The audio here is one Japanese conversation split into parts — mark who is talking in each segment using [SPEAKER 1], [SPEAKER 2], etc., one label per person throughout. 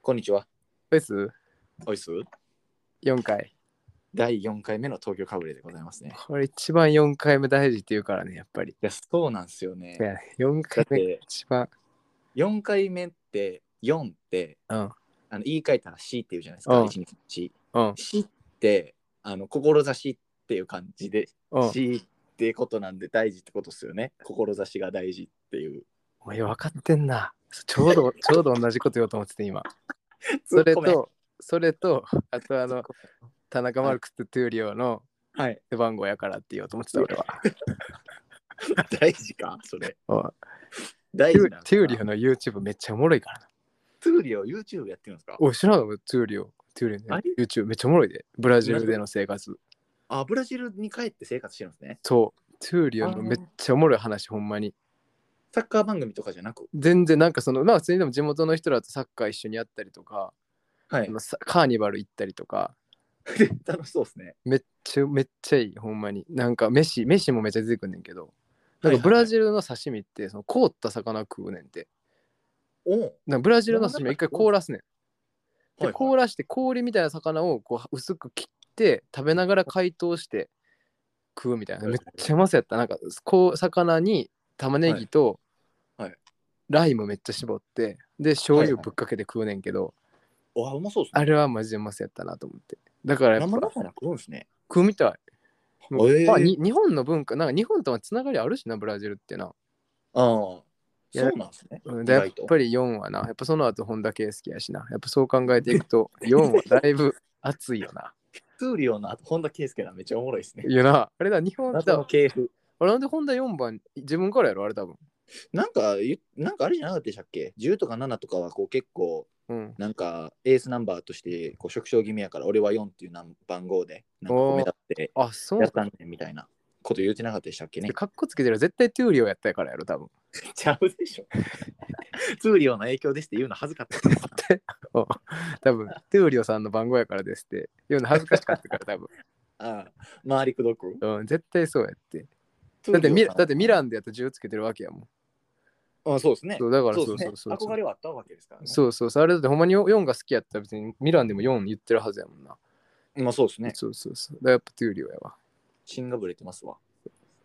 [SPEAKER 1] こんにちは。
[SPEAKER 2] フェス
[SPEAKER 1] おいっす。
[SPEAKER 2] 4回。
[SPEAKER 1] 第4回目の東京かぶれでございますね。い
[SPEAKER 2] これ一番4回目大事って言うからね、やっぱり。
[SPEAKER 1] や、そうなんですよね
[SPEAKER 2] い。や4
[SPEAKER 1] だ
[SPEAKER 2] 回
[SPEAKER 1] っ
[SPEAKER 2] 目
[SPEAKER 1] て、
[SPEAKER 2] 一番。
[SPEAKER 1] 4回目って、4って、
[SPEAKER 2] うん。
[SPEAKER 1] あの言い換えたら死っていうじゃないですか。
[SPEAKER 2] うん
[SPEAKER 1] 1日死。
[SPEAKER 2] うん。
[SPEAKER 1] 死って、あの、志っていう感じで、
[SPEAKER 2] うん。
[SPEAKER 1] 死ってことなんで大事ってことですよね。志が大事っていう。
[SPEAKER 2] お前分かってんな。ちょ うど、ちょうど同じこと言おうと思ってて今。それ
[SPEAKER 1] ごめん、
[SPEAKER 2] と、それと、あとあの、田中マルクス・トゥーリオの
[SPEAKER 1] はい。
[SPEAKER 2] 背番号やからって言おうと思ってた俺は。
[SPEAKER 1] 大事かそれ。
[SPEAKER 2] うん
[SPEAKER 1] 大
[SPEAKER 2] ト
[SPEAKER 1] 事
[SPEAKER 2] ゥ
[SPEAKER 1] な
[SPEAKER 2] ー
[SPEAKER 1] のかな
[SPEAKER 2] トゥーリオ。の YouTube めっちゃおもろいからな。
[SPEAKER 1] トゥーリオ YouTube やってるんですか
[SPEAKER 2] おい、知らんのトゥーリオ。トゥーリオ
[SPEAKER 1] あ
[SPEAKER 2] の
[SPEAKER 1] れ
[SPEAKER 2] YouTube めっちゃおもろいで。ブラジルでの生活。
[SPEAKER 1] あ、ブラジルに帰って生活してるんですね。
[SPEAKER 2] そう。トゥーリオのめっちゃおもろい話、ほんまに。
[SPEAKER 1] サッカー番組とかじゃなく。
[SPEAKER 2] 全然なんかそのまあ普通にでも地元の人らとサッカー一緒にやったりとか、
[SPEAKER 1] はい
[SPEAKER 2] あ。のさカーニバル行ったりとか
[SPEAKER 1] 楽しそうですね。
[SPEAKER 2] めっちゃめっちゃいいほんまになんか飯飯もめっちゃ出てくんねんけどな
[SPEAKER 1] は
[SPEAKER 2] ん
[SPEAKER 1] い
[SPEAKER 2] かブラジルの刺身ってその凍った魚食うねんて
[SPEAKER 1] おお。
[SPEAKER 2] なんかブラジルの刺身は一回凍らすねん
[SPEAKER 1] はいは
[SPEAKER 2] で
[SPEAKER 1] い
[SPEAKER 2] 凍らして氷みたいな魚をこう薄く切って食べながら解凍して食うみたいな
[SPEAKER 1] はい
[SPEAKER 2] め
[SPEAKER 1] は
[SPEAKER 2] っ
[SPEAKER 1] い
[SPEAKER 2] ちゃうまそうやったなんかこう魚に玉ねぎと
[SPEAKER 1] はいはい
[SPEAKER 2] ライムめっちゃ絞ってで醤油
[SPEAKER 1] はいはい
[SPEAKER 2] ぶっかけて食うねんけど
[SPEAKER 1] おあ、うまそうです
[SPEAKER 2] あ
[SPEAKER 1] ね。
[SPEAKER 2] れはマジでうまそうやったなと思ってだからやっ
[SPEAKER 1] 生
[SPEAKER 2] ぱ
[SPEAKER 1] 魚食うんですね。
[SPEAKER 2] 食うみたいもう
[SPEAKER 1] えー
[SPEAKER 2] まあに日本の文化なんか日本とはつながりあるしなブラジルってな、
[SPEAKER 1] ああ。そうなんですね。
[SPEAKER 2] うん、
[SPEAKER 1] 意
[SPEAKER 2] でやっ
[SPEAKER 1] 外と。
[SPEAKER 2] ぱり4はなやっぱその後本田圭佑やしなやっぱそう考えてい くと4はだいぶ熱いよな
[SPEAKER 1] トゥーリオの後、本田圭佑なめっちゃおもろいですね。
[SPEAKER 2] いやなあれだ日本だ
[SPEAKER 1] 謎の系譜。
[SPEAKER 2] あれなんで本田4番自分からやろあれ多分
[SPEAKER 1] なんか、ゆなんかあれじゃなかったでしたっけ ?10 とか7とかはこう結構、
[SPEAKER 2] うん
[SPEAKER 1] なんかエースナンバーとしてこう縮小気味やから、俺は4っていうなん番号で、なんかこう目立って
[SPEAKER 2] あそう
[SPEAKER 1] や
[SPEAKER 2] な
[SPEAKER 1] っ
[SPEAKER 2] ん
[SPEAKER 1] たんねんみたいなこと言ってなかったでしたっけね
[SPEAKER 2] だ。かっこつけてる絶対トゥーリオやったからやろ多分
[SPEAKER 1] ちゃうでしょ。 トゥーリオの影響ですって言うの恥ずかったです。
[SPEAKER 2] うん多分トゥーリオさんの番号やからですって言うの恥ずかしかったから多分、
[SPEAKER 1] ああ、周りくどく。
[SPEAKER 2] うん、絶対そうやってだってミラだってミランでやったら10つけてるわけやもん
[SPEAKER 1] あそうですね。
[SPEAKER 2] そうだから
[SPEAKER 1] そう
[SPEAKER 2] そう
[SPEAKER 1] です
[SPEAKER 2] そ
[SPEAKER 1] ね
[SPEAKER 2] うそうそう、
[SPEAKER 1] 憧れはあったわけですからね。
[SPEAKER 2] そうそうそうあれだってほんまに4が好きやったら別にミランでも4言ってるはずやもんな、
[SPEAKER 1] まあそうですね。
[SPEAKER 2] そうそうそうだからやっぱトゥーリオやわ
[SPEAKER 1] シンガブレてますわ。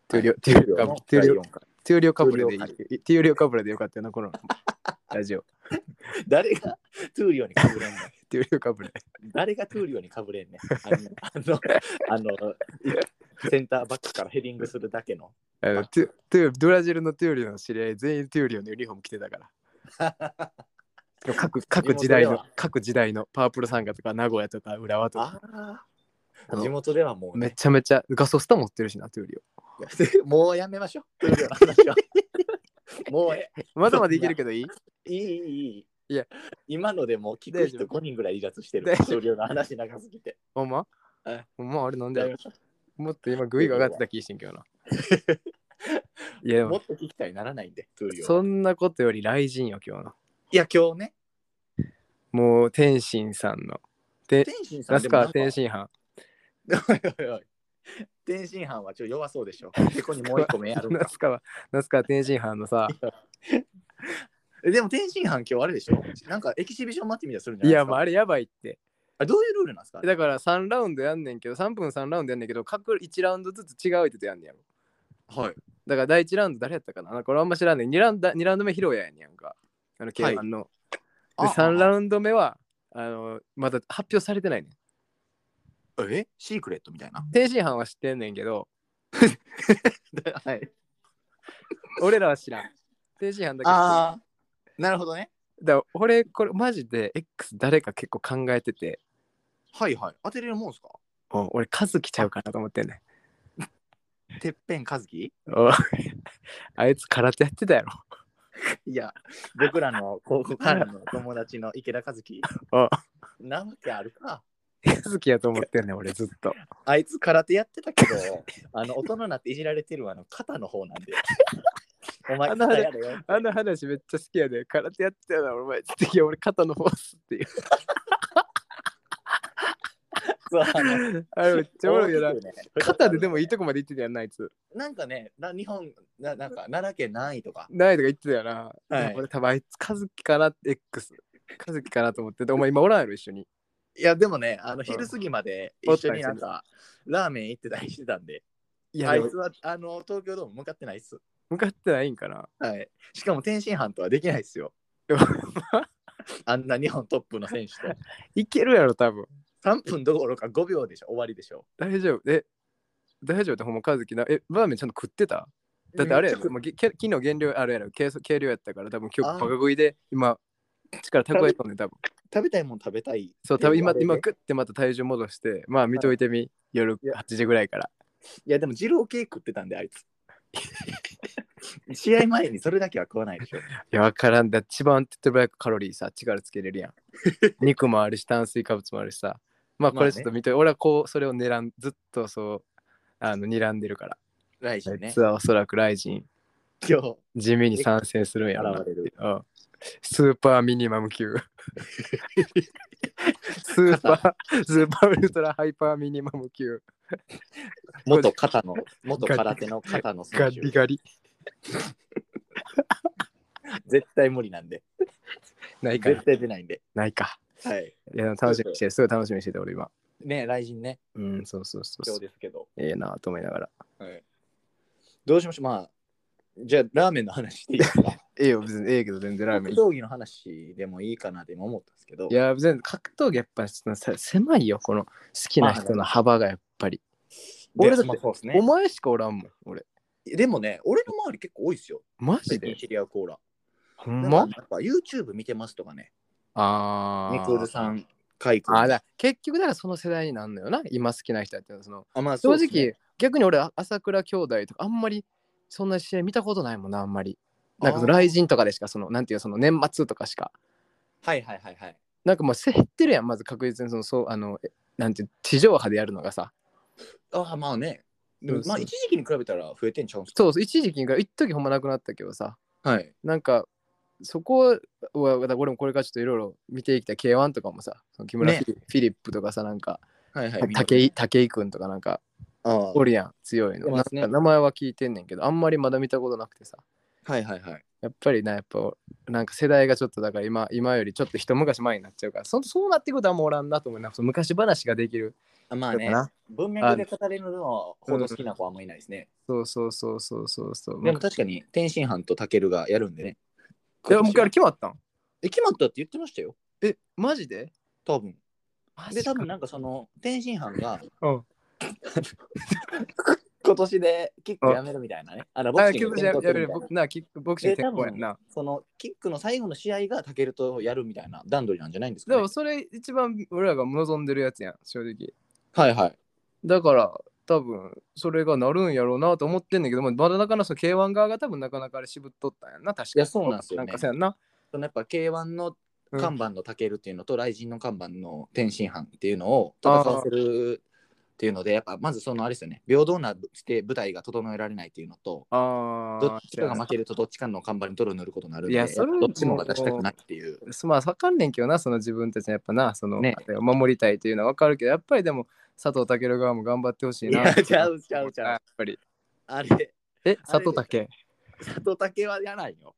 [SPEAKER 2] トゥーリオ、ト
[SPEAKER 1] ト
[SPEAKER 2] ゥーリオかトゥーリオ
[SPEAKER 1] 第四回
[SPEAKER 2] トゥーリオカブレでいい
[SPEAKER 1] トゥーリオカ
[SPEAKER 2] トゥーリオカブレでよかったよ なこのラジオ
[SPEAKER 1] 誰がトゥーリオにかぶれんの
[SPEAKER 2] トゥーリオ カブレ
[SPEAKER 1] 誰がトゥーリオにかぶれんねんあの、あの、あのセンターバックからヘディングするだけの。
[SPEAKER 2] あのトゥトゥブラジルのトゥーリオの知り合い全員トゥーリオのユニフォーム着てたか らでも各各時代
[SPEAKER 1] 地元
[SPEAKER 2] の
[SPEAKER 1] では
[SPEAKER 2] 各時代のパープルサンガとか名古屋とか浦和とか
[SPEAKER 1] ああ
[SPEAKER 2] あ。の
[SPEAKER 1] 地元ではもう
[SPEAKER 2] め
[SPEAKER 1] ね、
[SPEAKER 2] ちゃめちゃガソスタ持ってるしなトゥーリ
[SPEAKER 1] もうやめましょう。トゥーリオの話は。もうえ
[SPEAKER 2] オまだまだいけるけ どいい
[SPEAKER 1] え、いい、いい、いい。
[SPEAKER 2] いや、
[SPEAKER 1] 今のでもう聞く人
[SPEAKER 2] 大丈夫
[SPEAKER 1] 5人ぐらい離脱してる。
[SPEAKER 2] 大
[SPEAKER 1] ト
[SPEAKER 2] 丈夫
[SPEAKER 1] ゥーリオの話長すぎて。
[SPEAKER 2] ほんま
[SPEAKER 1] はい
[SPEAKER 2] ほんまあれなんだ
[SPEAKER 1] やめ
[SPEAKER 2] よ
[SPEAKER 1] ましょう
[SPEAKER 2] もっと今グイが上がってた気してんけどな。いやで
[SPEAKER 1] もっ
[SPEAKER 2] も
[SPEAKER 1] と聞きたいならないんで、トゥーリオは。
[SPEAKER 2] そんなことより雷神よ今日の。
[SPEAKER 1] いや、今日ね、
[SPEAKER 2] もう天心さんの。で、
[SPEAKER 1] 天心さん
[SPEAKER 2] ラ
[SPEAKER 1] で
[SPEAKER 2] ス
[SPEAKER 1] もなん
[SPEAKER 2] カー
[SPEAKER 1] か
[SPEAKER 2] 天心班。
[SPEAKER 1] おいおいおい 天津飯はちょっと弱そうでしょ。そこにもう一個目あるん
[SPEAKER 2] ナ
[SPEAKER 1] か。
[SPEAKER 2] スカは、ナスカー天心班の さ、
[SPEAKER 1] でも天津飯今日あれでしょ。なんかエキシビションマッチみたいなのするんじゃない
[SPEAKER 2] い
[SPEAKER 1] です
[SPEAKER 2] や
[SPEAKER 1] か。
[SPEAKER 2] もうあれやばいって。
[SPEAKER 1] あどういうルールなんですか
[SPEAKER 2] だから3ラウンドやんねんけど、3分3ラウンドやんねんけど、各1ラウンドずつ違う人とやんねんやろ。
[SPEAKER 1] はい。
[SPEAKER 2] だから第1ラウンド誰やったかななんか俺あんま知らんねん。2ラウンド二ラウンド目ヒロヤやねんやんか。あの、
[SPEAKER 1] はい
[SPEAKER 2] K 班の。
[SPEAKER 1] あ
[SPEAKER 2] で、3ラウンド目は、あの、まだ発表されてないねん。
[SPEAKER 1] えシークレットみたい な。
[SPEAKER 2] 天津飯は知ってんねんけど、
[SPEAKER 1] はい。
[SPEAKER 2] 俺らは知らん。 天津飯だけ知ってる
[SPEAKER 1] ああ。なるほどね。
[SPEAKER 2] だから俺これマジで X 誰か結構考えてて、
[SPEAKER 1] はいはい。当てれるもんですか
[SPEAKER 2] うん俺カズキちゃうかなと思ってんね
[SPEAKER 1] てっぺん和樹
[SPEAKER 2] んおい あいつ空手やってたやろ
[SPEAKER 1] いや、僕らの 高校からの友達の池田和樹
[SPEAKER 2] あ
[SPEAKER 1] なわけあるか。
[SPEAKER 2] カズキやと思ってんねん俺ずっと
[SPEAKER 1] あいつ空手やってたけど、あの大人になっていじられてるあの肩の方なん で。お前肩やれよって。
[SPEAKER 2] あの話めっちゃ好きやで空手やってたよな俺前いや俺肩の方っすっていう
[SPEAKER 1] そうあの
[SPEAKER 2] あれめっちゃおもろいよな
[SPEAKER 1] 大きくね
[SPEAKER 2] 肩ででもいいとこまで行ってたやんなあいつ
[SPEAKER 1] なんかね、な日本な、なんか奈良県何位とか。
[SPEAKER 2] ないとか言ってたよな、
[SPEAKER 1] はい
[SPEAKER 2] 俺多分あいつカズキかなって X 和樹かなと思って。でお前今おらんやろ、一緒に。
[SPEAKER 1] いや、でもね、あの、
[SPEAKER 2] ん
[SPEAKER 1] 昼過ぎまで
[SPEAKER 2] おっ
[SPEAKER 1] 一
[SPEAKER 2] た
[SPEAKER 1] 緒
[SPEAKER 2] ん
[SPEAKER 1] に
[SPEAKER 2] で
[SPEAKER 1] な
[SPEAKER 2] すよ
[SPEAKER 1] ん
[SPEAKER 2] ね
[SPEAKER 1] か、ラーメン行ってたりしてたんで、
[SPEAKER 2] いや、
[SPEAKER 1] あ
[SPEAKER 2] で
[SPEAKER 1] い
[SPEAKER 2] も
[SPEAKER 1] つは、あの、東京ドーム向かってないっす。
[SPEAKER 2] 向かってないんかな。
[SPEAKER 1] はい。しかも天津飯とはできないっすよ
[SPEAKER 2] や。
[SPEAKER 1] あんな日本トップの選手 と。
[SPEAKER 2] いけるやろ、多分。
[SPEAKER 1] 3分どころか5秒でしょ、終わりでしょ。
[SPEAKER 2] 大丈夫。え、大丈夫ってほんま和樹な。え、ラーメンちゃんと食ってただってあれ
[SPEAKER 1] めち
[SPEAKER 2] やろ、
[SPEAKER 1] ゃく
[SPEAKER 2] まあ、げけ昨日減量あれやろ計、計量やったから、多分今
[SPEAKER 1] あー
[SPEAKER 2] 日パブ食いで今、力蓄えとんねん、多分。
[SPEAKER 1] 食べたいもん食べたい。
[SPEAKER 2] そう、多分今、
[SPEAKER 1] っていうあ
[SPEAKER 2] 今、
[SPEAKER 1] れで
[SPEAKER 2] グッてまた体重戻して、まあ見といてみ、夜8時ぐらいから。
[SPEAKER 1] いや、でも、ジルオケー食ってたんで、あいつ。 試合前にそれだけは食わないでしょ。
[SPEAKER 2] いや、わからんだ。一番手っ取り早くカロリーさ、力つけれる やん。肉もあるし、炭水化物もあるしさ。まあ、これちょっと見て、俺はこう、それを狙ん、ずっとそう、あの、睨んでるから。
[SPEAKER 1] 来週
[SPEAKER 2] あ
[SPEAKER 1] ね
[SPEAKER 2] いつ。はおそらくライジン、
[SPEAKER 1] 今日、
[SPEAKER 2] 地味に参戦するんやろな
[SPEAKER 1] 現。れる。
[SPEAKER 2] うんスーパーミニマ ム級。スーパー、スーパーウルトラハイパーミニマム級。
[SPEAKER 1] 元肩の、元空手の肩の
[SPEAKER 2] ガ
[SPEAKER 1] 選手
[SPEAKER 2] リ。ガリ。
[SPEAKER 1] 絶対無理なんで。
[SPEAKER 2] ないかな
[SPEAKER 1] 絶。対出ないんで。
[SPEAKER 2] ないか。
[SPEAKER 1] はい。
[SPEAKER 2] いや、でも楽しみにしてる。すごい楽しみにしてて、俺今。
[SPEAKER 1] ね、来人ね、
[SPEAKER 2] うん、そうそうそう
[SPEAKER 1] 今
[SPEAKER 2] そう
[SPEAKER 1] 日。ですけど。
[SPEAKER 2] ええなと思いながら。
[SPEAKER 1] はい。どうしましょうまあ、じゃあ、ラーメンの話していい ですか
[SPEAKER 2] ええよ、別にええけど、全然ラーメン
[SPEAKER 1] 格。闘技の話でもいいかなって今思ったんですけど、
[SPEAKER 2] いや、全然格闘技やっぱちょっとさ狭いよ、この好きな人の幅がやっぱり。
[SPEAKER 1] 俺
[SPEAKER 2] 俺だ
[SPEAKER 1] だ
[SPEAKER 2] って
[SPEAKER 1] そうです
[SPEAKER 2] お
[SPEAKER 1] ね。
[SPEAKER 2] 前しかおらんもん、俺。
[SPEAKER 1] でもね、俺の周り結構多いですよ。
[SPEAKER 2] マジ
[SPEAKER 1] 最近
[SPEAKER 2] で
[SPEAKER 1] 知り合うコーラ。
[SPEAKER 2] ほん
[SPEAKER 1] な
[SPEAKER 2] ま
[SPEAKER 1] んかやっぱ YouTube 見てますとかね、
[SPEAKER 2] あ
[SPEAKER 1] ニ
[SPEAKER 2] ー
[SPEAKER 1] コールさん、カイ君。
[SPEAKER 2] あーだから結局だからその世代になるのよな今好きな人やってるのその
[SPEAKER 1] あまあ
[SPEAKER 2] 正
[SPEAKER 1] そうで
[SPEAKER 2] 直
[SPEAKER 1] す、ね
[SPEAKER 2] 逆に俺あ朝倉兄弟とかあんまりそんな試合見たことないもんなあんまり
[SPEAKER 1] あー
[SPEAKER 2] なんかその雷神とかでしかそのなんていうその年末とかしか
[SPEAKER 1] はいはいはいはい。
[SPEAKER 2] なんかもう減ってるやんまず確実にそのそうあのえなんていう地上波でやるのがさ
[SPEAKER 1] ああ、まあね。でも
[SPEAKER 2] そうそう
[SPEAKER 1] まあ一時期に比べたら増えてんちゃうんすか
[SPEAKER 2] そうそう一時期が一時ほんまなくなったけどさ
[SPEAKER 1] はい。
[SPEAKER 2] なんかそこはだから俺もこれからちょっといろいろ見ていきたい K1 とかもさその木村
[SPEAKER 1] ね
[SPEAKER 2] フィリ,、フィリップとかさなんか
[SPEAKER 1] はいはい。
[SPEAKER 2] 武井武井君とかなんか
[SPEAKER 1] ああ
[SPEAKER 2] おるやん強いの、
[SPEAKER 1] いますね
[SPEAKER 2] なんか名前は聞いてんねんけどあんまりまだ見たことなくてさ
[SPEAKER 1] はいはいはい。
[SPEAKER 2] やっぱりなやっぱなんか世代がちょっとだから今今よりちょっと一昔前になっちゃうからそそうなってくるとあんまおらんなと思うなんかその昔話ができる
[SPEAKER 1] あまあ
[SPEAKER 2] 人か
[SPEAKER 1] ね、
[SPEAKER 2] な
[SPEAKER 1] 文脈で語れるのほど好きな子はあんまいないですね。
[SPEAKER 2] そうそうそうそうそうそう
[SPEAKER 1] でも確かに天津飯とタケルがやるんでね。
[SPEAKER 2] いやもうあれ
[SPEAKER 1] え
[SPEAKER 2] 決まったん
[SPEAKER 1] 決まったって言ってましたよ。
[SPEAKER 2] えマジで
[SPEAKER 1] 多分。
[SPEAKER 2] マ
[SPEAKER 1] で、
[SPEAKER 2] ジ
[SPEAKER 1] 多
[SPEAKER 2] か
[SPEAKER 1] 分なんかその天津飯が
[SPEAKER 2] うん
[SPEAKER 1] 今年でキックやめるみたいなね。あのボ
[SPEAKER 2] あ
[SPEAKER 1] ク
[SPEAKER 2] キ
[SPEAKER 1] シン
[SPEAKER 2] ッ
[SPEAKER 1] グで
[SPEAKER 2] クじゃ
[SPEAKER 1] 点取
[SPEAKER 2] や
[SPEAKER 1] って
[SPEAKER 2] べる
[SPEAKER 1] みたい
[SPEAKER 2] 僕なキックボクシング
[SPEAKER 1] で多
[SPEAKER 2] 結
[SPEAKER 1] 分
[SPEAKER 2] 構やんな
[SPEAKER 1] なそのキックの最後の試合がタケルとやるみたいな段取りなんじゃないんですか、
[SPEAKER 2] で
[SPEAKER 1] ね、
[SPEAKER 2] もそれ一番俺らが望んでるやつやん正直
[SPEAKER 1] はいはい。
[SPEAKER 2] だから多分それがなるんやろうなと思ってんねんけどまあまだなかなかその K1 側が多分なかなかあれ渋っとったんやんな確か
[SPEAKER 1] いやそうなんすよね
[SPEAKER 2] なんかそうやんな
[SPEAKER 1] そのやっぱ K1 の
[SPEAKER 2] うん
[SPEAKER 1] 看板のタケルっていうのと、雷神の看板の天津飯っていうのを戦わせるっていうので、やっぱまずそのあれですよね、平等なして舞台が整えられないっていうのと、
[SPEAKER 2] ああ。
[SPEAKER 1] どっちかが負けるとどっちかの看板に泥塗ることになるんで、
[SPEAKER 2] いやそれ
[SPEAKER 1] どっちもが出したくないっていう。
[SPEAKER 2] そまあ、わかんねんけどな、その自分たちのやっぱな、その、
[SPEAKER 1] ね
[SPEAKER 2] あれを守りたいというのはわかるけど、やっぱりでも、佐藤健側も頑張ってほしいな。
[SPEAKER 1] いやちゃうちゃうちゃう
[SPEAKER 2] やっぱり。
[SPEAKER 1] あれ、
[SPEAKER 2] え、佐藤健
[SPEAKER 1] 佐藤健はやらないよ。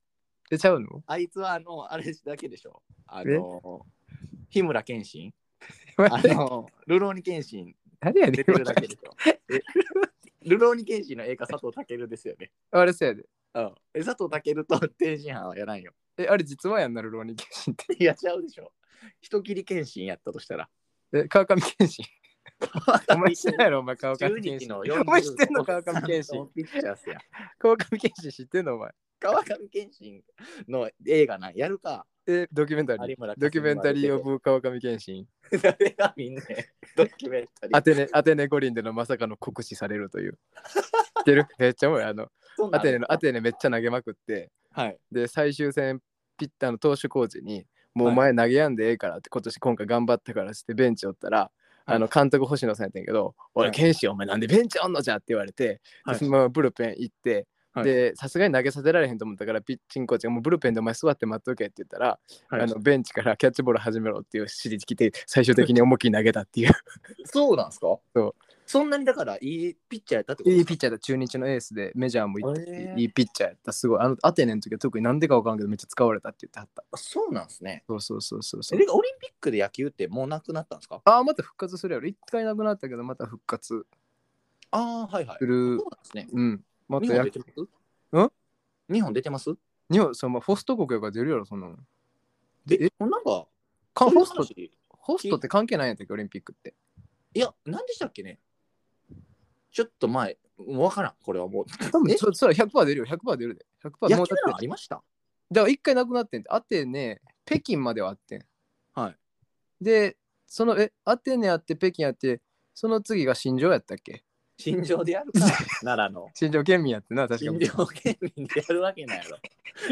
[SPEAKER 2] え、ちゃうの
[SPEAKER 1] あいつはあの、あれだけでしょ。あの、日村謙 信あ
[SPEAKER 2] 待って
[SPEAKER 1] の、ルローニ謙信
[SPEAKER 2] 誰やねん
[SPEAKER 1] 出てるだけでしょ。えルローニ謙信の映画佐藤健ですよね。
[SPEAKER 2] あれそうやで。
[SPEAKER 1] うん。え、佐藤健と 天津飯はやらんよ。
[SPEAKER 2] え、あれ実はやんなる、浪人謙信って。
[SPEAKER 1] いや、ちゃうでしょ。人切り謙信やったとしたら。
[SPEAKER 2] え、川上謙信。お前知らないやろ、お前川上
[SPEAKER 1] 12
[SPEAKER 2] 謙
[SPEAKER 1] 期
[SPEAKER 2] 信。
[SPEAKER 1] の
[SPEAKER 2] お前知ってんの、川上
[SPEAKER 1] お
[SPEAKER 2] 謙
[SPEAKER 1] っさん
[SPEAKER 2] 信
[SPEAKER 1] の。ピッチャーっすやん
[SPEAKER 2] 川上謙信知ってんの、お前。
[SPEAKER 1] 川上謙信の映画なんやるか。
[SPEAKER 2] え、ドキュメンタリ
[SPEAKER 1] 有
[SPEAKER 2] ー。
[SPEAKER 1] 村架純
[SPEAKER 2] ドキュメンタリー・オ
[SPEAKER 1] は
[SPEAKER 2] ブ・川上謙 信。
[SPEAKER 1] 出てる。誰が見んねんドキュメンタリー。
[SPEAKER 2] アテネ、アテネ五輪でのまさかの酷使されるという。知ってるめっちゃおもろい。あの、
[SPEAKER 1] そんな
[SPEAKER 2] ア
[SPEAKER 1] んあ
[SPEAKER 2] テ
[SPEAKER 1] る
[SPEAKER 2] ネ
[SPEAKER 1] ん
[SPEAKER 2] のアテネめっちゃ投げまくって
[SPEAKER 1] はい。
[SPEAKER 2] で最終戦ピッターの投手コーチに「もうお
[SPEAKER 1] は
[SPEAKER 2] 前投げやんでええから」って今年今回頑張ったからっつってベンチおったら。あの監督星野さんやったんやけど「
[SPEAKER 1] はい
[SPEAKER 2] おいケンシお前なんでベンチおんのじゃ」って言われて、
[SPEAKER 1] はい
[SPEAKER 2] そのままブルペン行って、
[SPEAKER 1] はい
[SPEAKER 2] でさすがに投げさせられへんと思ったからピッチングコーチが「もうブルペンでお前座って待っとけ」って言ったら、
[SPEAKER 1] はい
[SPEAKER 2] あのベンチからキャッチボール始めろっていう指示来て最終的に思いっきり投げたっていう
[SPEAKER 1] そうなんすかそんなにだからいいピッチャーやったってこと
[SPEAKER 2] いいピッチャーだ、中日のエースでメジャーも行って
[SPEAKER 1] へー
[SPEAKER 2] いいピッチャーやった。すごい。あの、アテネの時は特になんでかわからんけど、めっちゃ使われたって言ってはった。
[SPEAKER 1] あそうなんですね。
[SPEAKER 2] そうそうそうそうそ
[SPEAKER 1] え
[SPEAKER 2] う
[SPEAKER 1] で。オリンピックで野球ってもうなくなったんですか
[SPEAKER 2] ああ、また復活するやろ。一回なくなったけど、また復活
[SPEAKER 1] ああ、はいはい。そう
[SPEAKER 2] する
[SPEAKER 1] なん。ですね。
[SPEAKER 2] うん。ま
[SPEAKER 1] 日
[SPEAKER 2] た
[SPEAKER 1] 本
[SPEAKER 2] や
[SPEAKER 1] 出てます
[SPEAKER 2] ん
[SPEAKER 1] 日本出てます
[SPEAKER 2] 日本、そのまあ、ホスト国やから出るやろ、そんなの。
[SPEAKER 1] え、これなんか、
[SPEAKER 2] か
[SPEAKER 1] こうい
[SPEAKER 2] ホ
[SPEAKER 1] う
[SPEAKER 2] スト
[SPEAKER 1] 話い
[SPEAKER 2] ホストって関係ないんやったっけ、オリンピックって。
[SPEAKER 1] や、何でしたっけねちょっと前、もうわからん、これはもう。
[SPEAKER 2] 多分
[SPEAKER 1] え
[SPEAKER 2] そそれ100%出るよ、100%出るで。100%も
[SPEAKER 1] 野
[SPEAKER 2] う
[SPEAKER 1] 球
[SPEAKER 2] だって
[SPEAKER 1] な、のありました
[SPEAKER 2] だから一回なくなってんて、アテネ、北京まではあってん。
[SPEAKER 1] はい。
[SPEAKER 2] で、その、え、アテネあって、北京あって、その次が新庄やったっけ
[SPEAKER 1] 新庄でや るか、奈良の。
[SPEAKER 2] 新庄県民やってな、確か
[SPEAKER 1] 新
[SPEAKER 2] に。
[SPEAKER 1] 庄県民でやるわけないやろ。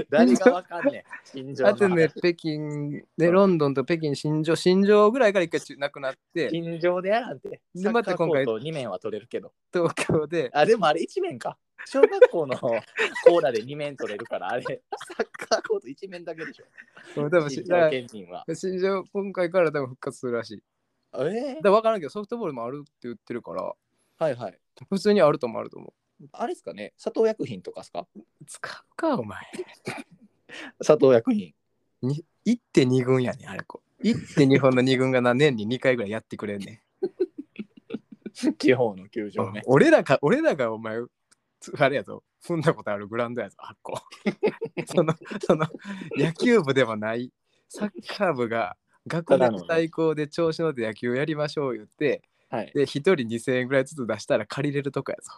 [SPEAKER 1] 誰がわかんねえ。新庄
[SPEAKER 2] ア
[SPEAKER 1] の
[SPEAKER 2] テネ、
[SPEAKER 1] 話。
[SPEAKER 2] 北京、で、ロンドンと北京、新庄、新庄ぐらいから一回中なくなって、
[SPEAKER 1] 新庄でやらんて。
[SPEAKER 2] で
[SPEAKER 1] サッ
[SPEAKER 2] ま
[SPEAKER 1] カ
[SPEAKER 2] た
[SPEAKER 1] ーコ
[SPEAKER 2] 今回
[SPEAKER 1] ート2面は取れるけど。
[SPEAKER 2] 東京で、
[SPEAKER 1] あ、でもあれ1面か。小学校 のコーラで2面取れるから、あれ、サッカーコート1面だけでしょ。
[SPEAKER 2] もう多分
[SPEAKER 1] 新
[SPEAKER 2] 新
[SPEAKER 1] 庄
[SPEAKER 2] だか
[SPEAKER 1] 県民は。
[SPEAKER 2] ら新庄、今回から多分復活するらしい。
[SPEAKER 1] えー
[SPEAKER 2] だ、から分からんけど、ソフトボールもあるって言ってるから、
[SPEAKER 1] はいはい。
[SPEAKER 2] 普通にあるともあると思
[SPEAKER 1] あれですかね、佐藤薬品とかですか
[SPEAKER 2] う。使うか、お前。
[SPEAKER 1] 佐藤薬品。
[SPEAKER 2] に1.2軍やねんあれこう1.2本の2軍がな年に2回ぐらいやってくれんね
[SPEAKER 1] 地方の球
[SPEAKER 2] ん、
[SPEAKER 1] 場ね。
[SPEAKER 2] 俺らが俺らがお前つあれやぞ踏んだことあるグラウンドやぞあっこそのその野球部でもないサッカー部が学
[SPEAKER 1] ただの
[SPEAKER 2] 年
[SPEAKER 1] ね
[SPEAKER 2] 対抗で調子乗って野球やりましょう言って
[SPEAKER 1] はい。
[SPEAKER 2] で1人2000円ぐらいずつ出したら借りれるとこやぞ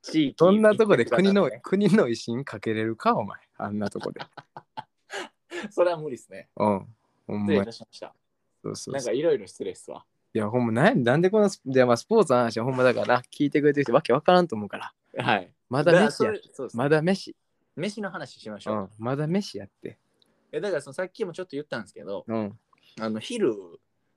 [SPEAKER 1] 地域
[SPEAKER 2] そんなとこで国の
[SPEAKER 1] ね
[SPEAKER 2] 国の威信かけれるかお前あんなとこで
[SPEAKER 1] それは無理ですね。
[SPEAKER 2] うんほん
[SPEAKER 1] 失
[SPEAKER 2] ま
[SPEAKER 1] 礼
[SPEAKER 2] や
[SPEAKER 1] いたしました。
[SPEAKER 2] そうそうそう
[SPEAKER 1] なんかいろいろ失礼っすわ。
[SPEAKER 2] いや、ほんま、なんなんでこのスで、まあ、スポーツの話はほんまだからな、聞いてくれてる人わけわからんと思うから。
[SPEAKER 1] はい。
[SPEAKER 2] まだ
[SPEAKER 1] から
[SPEAKER 2] 飯
[SPEAKER 1] そ
[SPEAKER 2] や。
[SPEAKER 1] れそうですね
[SPEAKER 2] まだ飯。
[SPEAKER 1] 飯の話しまし
[SPEAKER 2] う
[SPEAKER 1] ょう。
[SPEAKER 2] ん、まだ飯やって。
[SPEAKER 1] えだからそのさっきもちょっと言ったんですけど、
[SPEAKER 2] うん。
[SPEAKER 1] あの昼、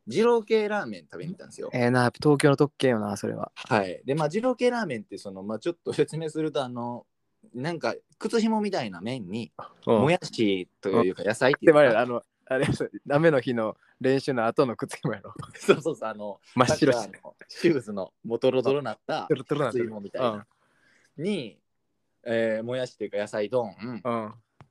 [SPEAKER 1] 二郎系ラーメン食べに行ったんですよ。
[SPEAKER 2] ええな、東京の特権よな、それは。
[SPEAKER 1] はい。で、まあ、二郎系ラーメンって、その、まあ、ちょっと説明すると、あの、なんか、靴ひもみたいな麺に、
[SPEAKER 2] うん、
[SPEAKER 1] も
[SPEAKER 2] や
[SPEAKER 1] やしというか、野菜ってい
[SPEAKER 2] で
[SPEAKER 1] うか
[SPEAKER 2] もあれやろあの、あれやろ、雨の日の練習の後の靴もやろ。
[SPEAKER 1] そうそうそう、あの、
[SPEAKER 2] 真っ白
[SPEAKER 1] サッ
[SPEAKER 2] し。
[SPEAKER 1] カーのシューズのもうドロドロなった
[SPEAKER 2] トロトロなって
[SPEAKER 1] 靴
[SPEAKER 2] る
[SPEAKER 1] ひもみたいな、に、えーもやしというか野菜丼、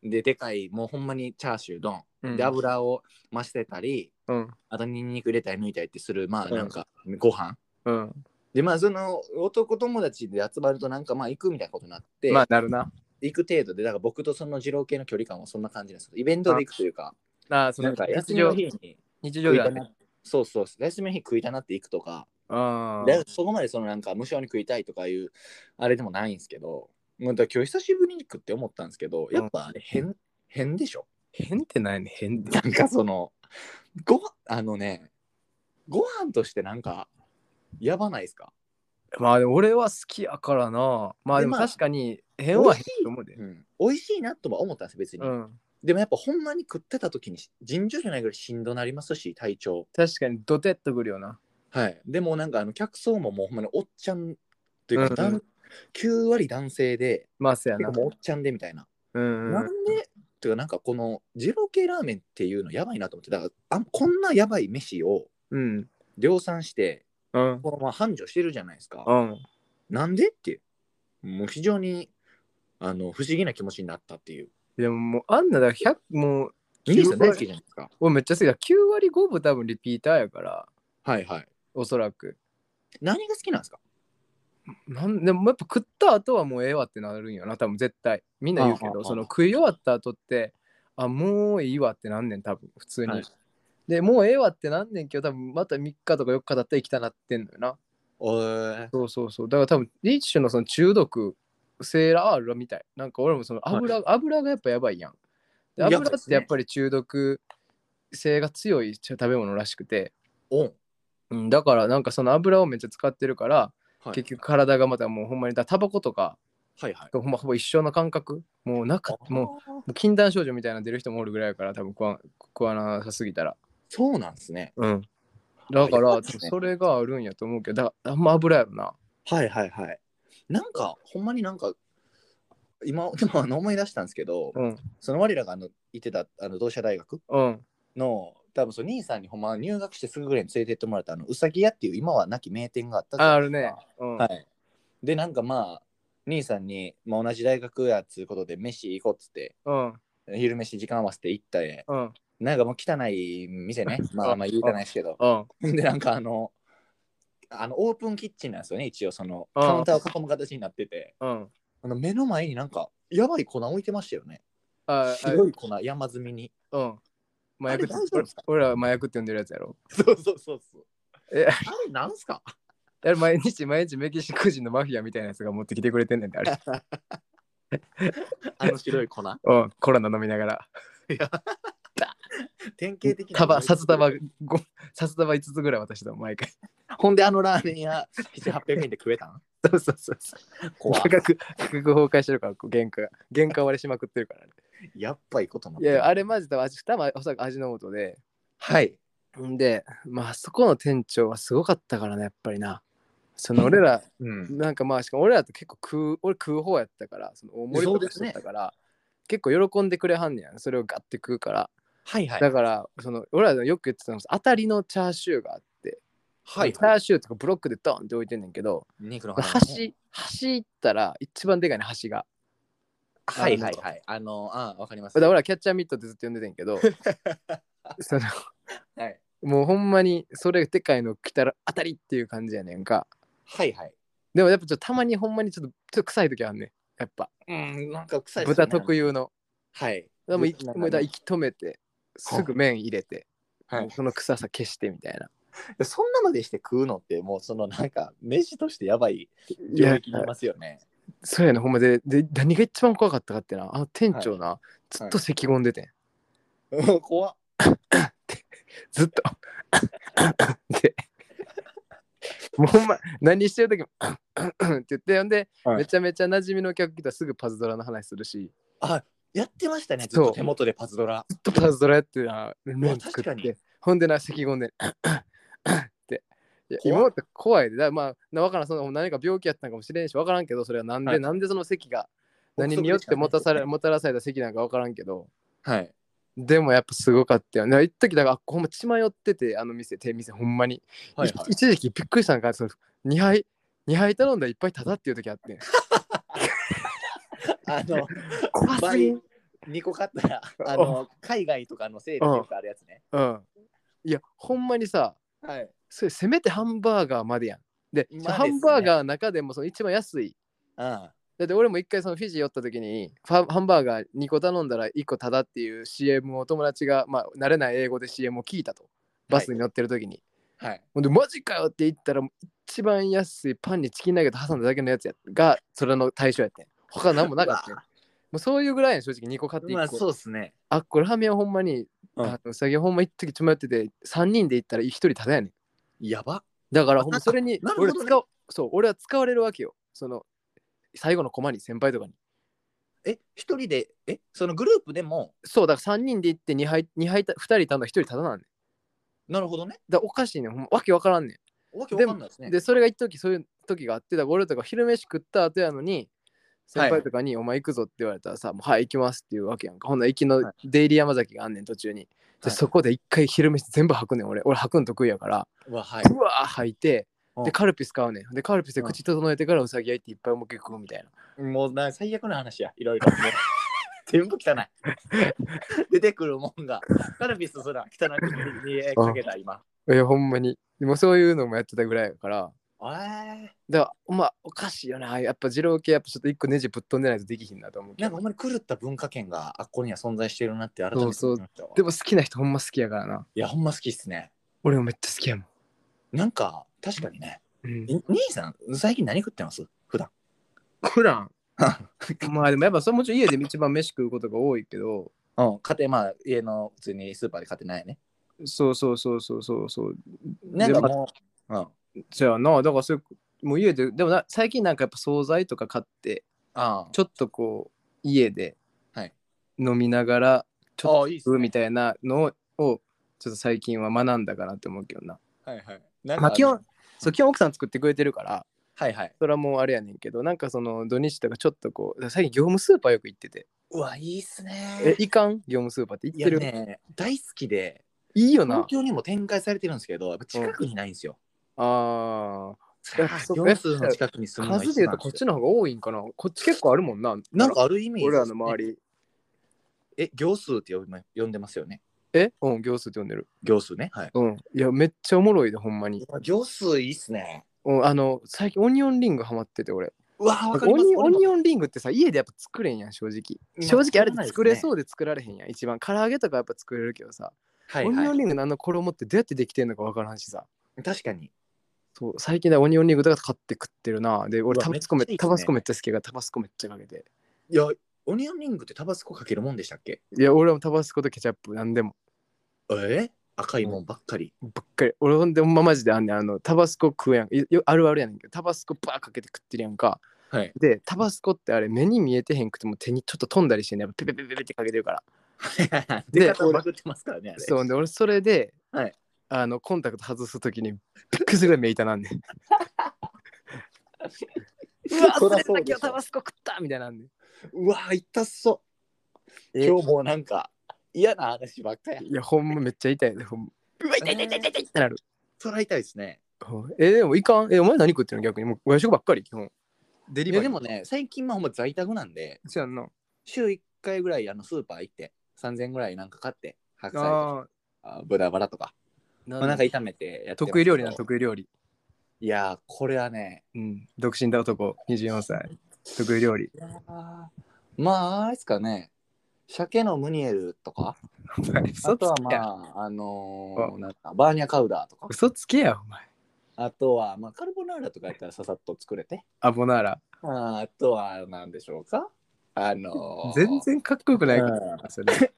[SPEAKER 2] うん。
[SPEAKER 1] ででかいもうほんまにチャーシュー丼、
[SPEAKER 2] うん。
[SPEAKER 1] で油を増してたり
[SPEAKER 2] うん。
[SPEAKER 1] あとニンニク入れたり抜いたりってするまあ
[SPEAKER 2] うん
[SPEAKER 1] なんかご飯
[SPEAKER 2] うん。
[SPEAKER 1] でまあその男友達で集まるとなんかまあ行くみたいなことになって、
[SPEAKER 2] まあ、なるな。
[SPEAKER 1] 行く程度でだから僕とその二郎系の距離感はそんな感じなんですけどイベントで行くというか
[SPEAKER 2] ああ、そ
[SPEAKER 1] な
[SPEAKER 2] の
[SPEAKER 1] んか
[SPEAKER 2] 日
[SPEAKER 1] 休み
[SPEAKER 2] 常
[SPEAKER 1] の、日に
[SPEAKER 2] 日常
[SPEAKER 1] 食い
[SPEAKER 2] だ
[SPEAKER 1] た
[SPEAKER 2] ね。
[SPEAKER 1] なそうそう休みの日食いたなって行くとか
[SPEAKER 2] うん。
[SPEAKER 1] でそこまでそのなんか無償に食いたいとかいうあれでもないんですけど、まあ、だから今日久しぶりに食って思ったんですけどやっぱあれ変、変でしょ
[SPEAKER 2] 変ってないね、変って。
[SPEAKER 1] なんかそのごあのねご飯としてなんかやばないですか、
[SPEAKER 2] まあ、でも俺は好きやからな。まあ、で
[SPEAKER 1] で
[SPEAKER 2] も
[SPEAKER 1] まあ
[SPEAKER 2] 確かに、変は変と思うで
[SPEAKER 1] う。ん、美味しいなとは思ったんです別に、
[SPEAKER 2] うん。
[SPEAKER 1] でもやっぱほんまに食ってた時に尋常じゃないぐらいしんどなりますし体調
[SPEAKER 2] 確かにドテッとくるよな。
[SPEAKER 1] はいでもなんかあの客層ももうほんまにおっちゃんっていうか、だ
[SPEAKER 2] うん
[SPEAKER 1] ん、9割男性で
[SPEAKER 2] まあ、そうや
[SPEAKER 1] てか
[SPEAKER 2] な。
[SPEAKER 1] もうおっちゃんでみたいな
[SPEAKER 2] うんう
[SPEAKER 1] なん
[SPEAKER 2] ん。
[SPEAKER 1] で、てかなんかこの二郎系ラーメンっていうのやばいなと思ってだからあこんなやばい飯を
[SPEAKER 2] うん。
[SPEAKER 1] 量産して
[SPEAKER 2] うん。
[SPEAKER 1] このまま繁盛してるじゃないですか、
[SPEAKER 2] うん。
[SPEAKER 1] なんでってもう非常にあの不思議な気持ちになったっていう
[SPEAKER 2] でももう、あんなだから100、もう、
[SPEAKER 1] 皆さん大好きじゃないですか
[SPEAKER 2] 俺めっちゃ好きだ。9割5分多分リピーターやから、
[SPEAKER 1] はいはい
[SPEAKER 2] おそらく。
[SPEAKER 1] 何が好きなんですか
[SPEAKER 2] なんでもやっぱ食った後はもうええわってなるんよな、多分絶対。みんな言うけ
[SPEAKER 1] あああ
[SPEAKER 2] ど、
[SPEAKER 1] あ
[SPEAKER 2] その食い終わった後って、あ、もういいわってなんねん、多分普通に。
[SPEAKER 1] はい
[SPEAKER 2] で、もうええわってなんねんけど、多分また3日とか4日だったら生きたなってんのよな。
[SPEAKER 1] おー
[SPEAKER 2] そうそうそう。だから多分、リーチ種のその中毒性ラあるみたい。なんか俺もその油,、油がやっぱやばいやん。で
[SPEAKER 1] やばい
[SPEAKER 2] 油
[SPEAKER 1] っすね
[SPEAKER 2] ってやっぱり中毒性が強い食べ物らしくて、
[SPEAKER 1] おん、
[SPEAKER 2] うん、だからなんかその油をめっちゃ使ってるから、
[SPEAKER 1] はい、
[SPEAKER 2] 結局体がまたもうほんまにだタバコとか
[SPEAKER 1] はいはい
[SPEAKER 2] ほんまほぼ一生の感覚もうなかもうも
[SPEAKER 1] う
[SPEAKER 2] う禁断症状みたいなの出る人もおるぐらいやから多分食わん食わなさすぎたら
[SPEAKER 1] そうなんですね
[SPEAKER 2] うんだから、
[SPEAKER 1] ありますね
[SPEAKER 2] それがあるんやと思うけどだあんま油やろな
[SPEAKER 1] はいはいはいなんかほんまになんか今でもあの思い出したんですけど、
[SPEAKER 2] うん
[SPEAKER 1] その我らがあの行ってたあの同志社大学
[SPEAKER 2] うん
[SPEAKER 1] の多分その兄さんにほんま入学してすぐぐらいに連れてってもらったあのうさぎ屋っていう今は亡き名店があったじゃな
[SPEAKER 2] あ
[SPEAKER 1] い
[SPEAKER 2] あるね。うん
[SPEAKER 1] はい。で、なんかまあ、兄さんに、まあ、同じ大学やっつうことで、飯行こうっつって、
[SPEAKER 2] うん。
[SPEAKER 1] 昼飯時間合わせて行ったで、
[SPEAKER 2] うん。
[SPEAKER 1] なんかもう汚い店 ね、まあまあ言うてないですけど、
[SPEAKER 2] うん。
[SPEAKER 1] で、なんかあの、あのオープンキッチンなんですよね、一応、その
[SPEAKER 2] うん
[SPEAKER 1] カウンターを囲む形になってて、
[SPEAKER 2] うん。
[SPEAKER 1] あの目の前になんか、やばい粉置いてましたよね。
[SPEAKER 2] ああ
[SPEAKER 1] 白い粉、山積みに。
[SPEAKER 2] うん。麻薬って
[SPEAKER 1] あれ大丈夫ですか
[SPEAKER 2] 俺らは麻薬って呼んでるやつやろ。
[SPEAKER 1] そうそうそうそう。
[SPEAKER 2] え
[SPEAKER 1] あれなんすか
[SPEAKER 2] あれ毎日毎日メキシコ人のマフィアみたいなやつが持ってきてくれてんねんで、あれ。
[SPEAKER 1] あの白い粉。
[SPEAKER 2] うん。コロナ飲みながら。
[SPEAKER 1] 典型的な。
[SPEAKER 2] 束、札束ご、札束5つぐらい渡してたもん毎回。
[SPEAKER 1] ほんであのラーメン屋、7、800円で食えたん
[SPEAKER 2] そうそうそうそう。
[SPEAKER 1] 怖っ
[SPEAKER 2] 価格、価格崩壊してるから、こう原価が。原価割れしまくってるから、ね。
[SPEAKER 1] やっぱいいことになっ
[SPEAKER 2] い
[SPEAKER 1] てる
[SPEAKER 2] やいや、あれマジ多分味、多分おそらく味の素で。
[SPEAKER 1] はい。
[SPEAKER 2] んで、まあ、そこの店長はすごかったからね、やっぱりな。その俺ら、
[SPEAKER 1] うん。
[SPEAKER 2] なんかまあ、しかも俺らって結構食う、俺食う方やったから、その大盛り
[SPEAKER 1] そ
[SPEAKER 2] と
[SPEAKER 1] う
[SPEAKER 2] か
[SPEAKER 1] で
[SPEAKER 2] し
[SPEAKER 1] すね
[SPEAKER 2] てたから、結構喜んでくれはんねやん、それをガッて食うから。
[SPEAKER 1] はいはい。
[SPEAKER 2] だから、その俺らよく言ってたのが、当たりのチャーシューがあって、
[SPEAKER 1] はい
[SPEAKER 2] チャ
[SPEAKER 1] はい。
[SPEAKER 2] ーシューとかブロックでドンって置いてんねんけど、
[SPEAKER 1] 肉の
[SPEAKER 2] 橋、橋行ったら一番でかいね、橋が。
[SPEAKER 1] はいはいはい。あの、あわかります。
[SPEAKER 2] だから俺はキャッチャーミットってずっと呼んでて んけどその
[SPEAKER 1] はい。
[SPEAKER 2] もうほんまにそれでかいの来たら当たりっていう感じやねんか
[SPEAKER 1] はいはい。
[SPEAKER 2] でもやっぱちょっとたまにほんまにちょっとちょっと臭い時あんねんやっぱ、
[SPEAKER 1] うん、なんか臭い
[SPEAKER 2] 豚特
[SPEAKER 1] 有。
[SPEAKER 2] 有の
[SPEAKER 1] はい。
[SPEAKER 2] でも
[SPEAKER 1] い
[SPEAKER 2] いきもうだから息止めてすぐ麺入れて、
[SPEAKER 1] はい
[SPEAKER 2] その臭さ消してみたいな
[SPEAKER 1] そんなまでして食うのって、もうそのなんか、飯としてやばい領域にいますよね。
[SPEAKER 2] そうやねほんまでで何が一番怖かったかってなあの店長な、ずっと咳込んでてん、
[SPEAKER 1] うん怖っ。
[SPEAKER 2] ずっとでもうほんま何してる時もって言ってほんで、
[SPEAKER 1] はい
[SPEAKER 2] めちゃめちゃ馴染みの客来たらすぐパズドラの話するし
[SPEAKER 1] やってましたね、ずっ
[SPEAKER 2] そ
[SPEAKER 1] と
[SPEAKER 2] う
[SPEAKER 1] 手元でパズドラ。
[SPEAKER 2] ずっとパズドラやってな麺作
[SPEAKER 1] 確
[SPEAKER 2] っ
[SPEAKER 1] かに
[SPEAKER 2] てほんでな咳込んでっていや
[SPEAKER 1] 怖っ
[SPEAKER 2] 妹怖いでだからまあなわからんその何か病気やったんかもしれんしわからんけどそれはなんで、
[SPEAKER 1] はい
[SPEAKER 2] なんでその咳が
[SPEAKER 1] 憶測
[SPEAKER 2] 何によっ
[SPEAKER 1] でしか
[SPEAKER 2] て
[SPEAKER 1] ない
[SPEAKER 2] もたされもたらされた咳なんかわからんけど
[SPEAKER 1] はい。
[SPEAKER 2] でもやっぱすごかったよね。一時だからほんま血迷っててあの店手店ほんまに
[SPEAKER 1] はい
[SPEAKER 2] い一時期びっくりしたんかその2杯2杯頼んだらいっぱいただっていう時 あってん
[SPEAKER 1] はい。あの、
[SPEAKER 2] 怖すぎん
[SPEAKER 1] 2個買 ったら、あの、海外とかのせいでよくあるやつね。
[SPEAKER 2] うんいやほんまにさ
[SPEAKER 1] はい。
[SPEAKER 2] それせめてハンバーガーまでやんで
[SPEAKER 1] まあですね
[SPEAKER 2] ハンバーガーの中でもその一番安い
[SPEAKER 1] うん。
[SPEAKER 2] だって俺も一回そのフィジー寄った時にファハンバーガー2個頼んだら1個ただっていう CM を友達が、まあ、慣れない英語で CM を聞いたとバスに乗ってる時に、
[SPEAKER 1] はい。
[SPEAKER 2] ほんでマジかよって言ったら一番安いパンにチキンナゲット挟んだだけのやつやがそれの対象やってん他何もなかった よ
[SPEAKER 1] うわ
[SPEAKER 2] もうそういうぐらいやん正直2個買って1個、
[SPEAKER 1] まあ、そうですね。
[SPEAKER 2] あこれラーメンはほんまに、
[SPEAKER 1] うん
[SPEAKER 2] あのうさぎはほんま一時ちまってて3人で行ったら1人ただやねん
[SPEAKER 1] やば。
[SPEAKER 2] だからほんまそれに
[SPEAKER 1] なるほ
[SPEAKER 2] 俺
[SPEAKER 1] ど
[SPEAKER 2] 使
[SPEAKER 1] ね
[SPEAKER 2] う、そう俺は使われるわけよその最後の駒に先輩とかに
[SPEAKER 1] え、一人で、え、そのグループでも、
[SPEAKER 2] そうだから3人で行って2杯二杯た2人ただ1人ただなんねん
[SPEAKER 1] なるほどね。
[SPEAKER 2] だからおかしいねんほんまわけわからんね
[SPEAKER 1] わけわかんないです
[SPEAKER 2] ん、
[SPEAKER 1] ね。
[SPEAKER 2] でそれが一時そういう時があってだから俺とか昼飯食った後やのに先輩とかに「お前行くぞ」って言われたらさ「もうはい行きます」っていうわけやんかほんなら行きの
[SPEAKER 1] は
[SPEAKER 2] デイリー山崎があんねん途中にで
[SPEAKER 1] はい
[SPEAKER 2] そこで一回昼飯全部吐くねん俺俺吐くん得意やから
[SPEAKER 1] うわ、はい。
[SPEAKER 2] うわー吐いて
[SPEAKER 1] うん
[SPEAKER 2] でカルピス買うねんでカルピスで
[SPEAKER 1] うん
[SPEAKER 2] 口整えてからうさぎ焼いていっぱい思いっきり食うみたい な
[SPEAKER 1] もうな、最悪な話や、いろいろ。もう 全部汚い。 出てくるもんが、カルピスすら汚く見えかけた、今。
[SPEAKER 2] いやほんまにでもそういうのもやってたぐらいやから
[SPEAKER 1] えー、
[SPEAKER 2] だからまあおかしいよねああいうやっぱ二郎系やっぱちょっと一個ネジぶっ飛んでないとできひんなと思うけ
[SPEAKER 1] なんか
[SPEAKER 2] ど
[SPEAKER 1] ほんまに狂った文化圏があっこには存在してるなって改めて思いました
[SPEAKER 2] そうそでも好きな人ほんま好きやからない
[SPEAKER 1] や、ほんま好きっすね。
[SPEAKER 2] 俺もめっちゃ好きやもん、
[SPEAKER 1] なんか、確かにね。
[SPEAKER 2] うん、
[SPEAKER 1] い兄さん、最近何食って ます普段。
[SPEAKER 2] 普段 まあでもやっぱそれもちろん家で一番飯食うことが多いけど
[SPEAKER 1] うん、家庭、まあ、家の普通にスーパーで買ってないね。
[SPEAKER 2] そうそうそうそうそうそう
[SPEAKER 1] なんかもう、うん。
[SPEAKER 2] じゃあなだからそれもう家ででもな最近なんかやっぱ惣菜とか買って
[SPEAKER 1] あ
[SPEAKER 2] ちょっとこう家で
[SPEAKER 1] はい
[SPEAKER 2] 飲みながらちょ
[SPEAKER 1] あいいっ
[SPEAKER 2] っと
[SPEAKER 1] すね
[SPEAKER 2] みたいなのをちょっと最近は学んだかなって思うけどな
[SPEAKER 1] あ。はいはい。なん
[SPEAKER 2] まあ基本そう基本奥さん作ってくれてるから
[SPEAKER 1] はいはい。
[SPEAKER 2] それはもうあれやねんけどなんかその土日とかちょっとこう最近業務スーパーよく行ってて
[SPEAKER 1] うわ、いいっすね
[SPEAKER 2] えいかん業務スーパーって行
[SPEAKER 1] い
[SPEAKER 2] って
[SPEAKER 1] や
[SPEAKER 2] る、
[SPEAKER 1] ね、大好きで、
[SPEAKER 2] いいよな
[SPEAKER 1] 東。京にも展開されてるんですけど、やっぱ近くにないんですよ。さあ
[SPEAKER 2] あいやそう
[SPEAKER 1] 秒数の近くに
[SPEAKER 2] あ。
[SPEAKER 1] 住むのは
[SPEAKER 2] 数
[SPEAKER 1] 一
[SPEAKER 2] で言う
[SPEAKER 1] 番
[SPEAKER 2] とこっちの方が多いんかな。こっち結構あるもんな。
[SPEAKER 1] なんかある意味、
[SPEAKER 2] 俺らの周り。
[SPEAKER 1] え、行数って呼びま呼んでますよね。
[SPEAKER 2] えうん、行数って呼んでる。
[SPEAKER 1] 行数ね。はい。
[SPEAKER 2] うん。いや、めっちゃおもろいで、ほんまに。
[SPEAKER 1] 行数いいっすね。
[SPEAKER 2] うん、あの、最近オニオンリングハマってて、俺。
[SPEAKER 1] うわー、わかり
[SPEAKER 2] オ
[SPEAKER 1] ます。
[SPEAKER 2] ニオ
[SPEAKER 1] 俺も
[SPEAKER 2] ニオンリングってさ、家でやっぱ作れんやん、正直。
[SPEAKER 1] うん
[SPEAKER 2] 正直あれって作れ
[SPEAKER 1] 作
[SPEAKER 2] そうで作られへんやん、一番。唐揚げとかやっぱ作れるけどさ、
[SPEAKER 1] はい
[SPEAKER 2] オニオ
[SPEAKER 1] は
[SPEAKER 2] ンリングのあの衣ってどうやってできてんのかわからんしさ。
[SPEAKER 1] い。確かに。
[SPEAKER 2] そう最近だオニオンリングだから買って食ってるな。で、俺
[SPEAKER 1] うわ
[SPEAKER 2] タバスコ
[SPEAKER 1] め
[SPEAKER 2] め
[SPEAKER 1] っちゃいいっすね
[SPEAKER 2] タバスコめっちゃ好きやからタバスコめっちゃかけて。
[SPEAKER 1] いや、オニオンリングってタバスコかけるもんでしたっけ
[SPEAKER 2] いや、俺はタバスコとケチャップなんでも
[SPEAKER 1] えー赤いもんばっかり。
[SPEAKER 2] ばっかり。俺ほんでほんまマジであんねんあのタバスコ食うやんいよ。あるあるやねんけど、タバスコバーかけて食ってるやんか。
[SPEAKER 1] はい。
[SPEAKER 2] で、タバスコってあれ目に見えてへんくても手にちょっと飛んだりしてんねん。ペペペペペってかけてるから。で
[SPEAKER 1] 出方バグってますからね、あれ。
[SPEAKER 2] そうで俺それで、
[SPEAKER 1] はい
[SPEAKER 2] あのコンタクト外すときにびっくりするぐらい目痛なんでう わ
[SPEAKER 1] そ
[SPEAKER 2] そ
[SPEAKER 1] ら
[SPEAKER 2] れ
[SPEAKER 1] そう
[SPEAKER 2] だ
[SPEAKER 1] でし
[SPEAKER 2] け
[SPEAKER 1] ょ
[SPEAKER 2] はタバスコ食ったみたいなんで
[SPEAKER 1] うわー、痛そう。
[SPEAKER 2] え
[SPEAKER 1] 今日もうなんか嫌な話ばっかや。
[SPEAKER 2] いやほんまめっちゃ痛いでほんまうわ痛い痛い痛い痛い痛いってなる
[SPEAKER 1] そら痛いですね。
[SPEAKER 2] ほうえでもいかんえお前何食ってるの逆にもう外食ばっかり基本デ
[SPEAKER 1] い
[SPEAKER 2] リバ
[SPEAKER 1] や
[SPEAKER 2] リー
[SPEAKER 1] でもね、最近まあほんま在宅なんで、
[SPEAKER 2] そうやんな
[SPEAKER 1] 週1回ぐらいあのスーパー行って、3000ぐらいなんか買って、白菜とか
[SPEAKER 2] あ
[SPEAKER 1] あ豚バラとか、
[SPEAKER 2] ーな
[SPEAKER 1] まあ、なんか炒めてやってますけど
[SPEAKER 2] 得意料理な得意料理
[SPEAKER 1] いやー、これはね、
[SPEAKER 2] うん独身だ男24歳得意料理
[SPEAKER 1] あーまあ、あれですかね、鮭のムニエルとか、あ
[SPEAKER 2] 嘘
[SPEAKER 1] と
[SPEAKER 2] つ
[SPEAKER 1] は
[SPEAKER 2] けや
[SPEAKER 1] まあ、あのー
[SPEAKER 2] あ
[SPEAKER 1] なんかバーニャカウダーとか、
[SPEAKER 2] 嘘つけやお前
[SPEAKER 1] あとは、まあ、カルボナーラとかやったらささっと作れて、
[SPEAKER 2] アボナーラ
[SPEAKER 1] あーあとは、なんでしょうかあのー
[SPEAKER 2] 全然かっこよくないけど
[SPEAKER 1] うん
[SPEAKER 2] それ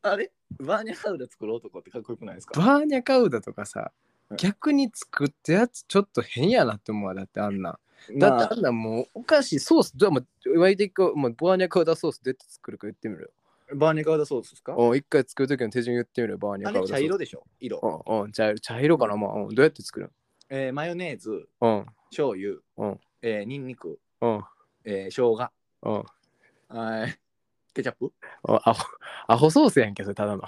[SPEAKER 1] あれバーニャカウダ作る男ってかっこよくないですか
[SPEAKER 2] バーニャカウダとかさ
[SPEAKER 1] うん
[SPEAKER 2] 逆に作ったやつちょっと変やなって思うわだってあんな、
[SPEAKER 1] ま
[SPEAKER 2] だってあんなもうおかしいソースどうもうわいていこうもうバーニャカウダソースどうやって作るか言ってみる
[SPEAKER 1] あバーニャカウダソースですか
[SPEAKER 2] よおう一回作る時の手順言ってみるよバーニ
[SPEAKER 1] あ
[SPEAKER 2] ャカウ
[SPEAKER 1] れ
[SPEAKER 2] ダソース
[SPEAKER 1] 茶色でしょ色、
[SPEAKER 2] うんうん茶色茶色かなまあ、うんどうやって作る
[SPEAKER 1] えーマヨネーズ、
[SPEAKER 2] の
[SPEAKER 1] 醤油、
[SPEAKER 2] うん
[SPEAKER 1] えー、ニンニク、
[SPEAKER 2] うんうん
[SPEAKER 1] えー、生姜、
[SPEAKER 2] うん
[SPEAKER 1] あーケチャップ
[SPEAKER 2] あアホアホソースやんけそれただ の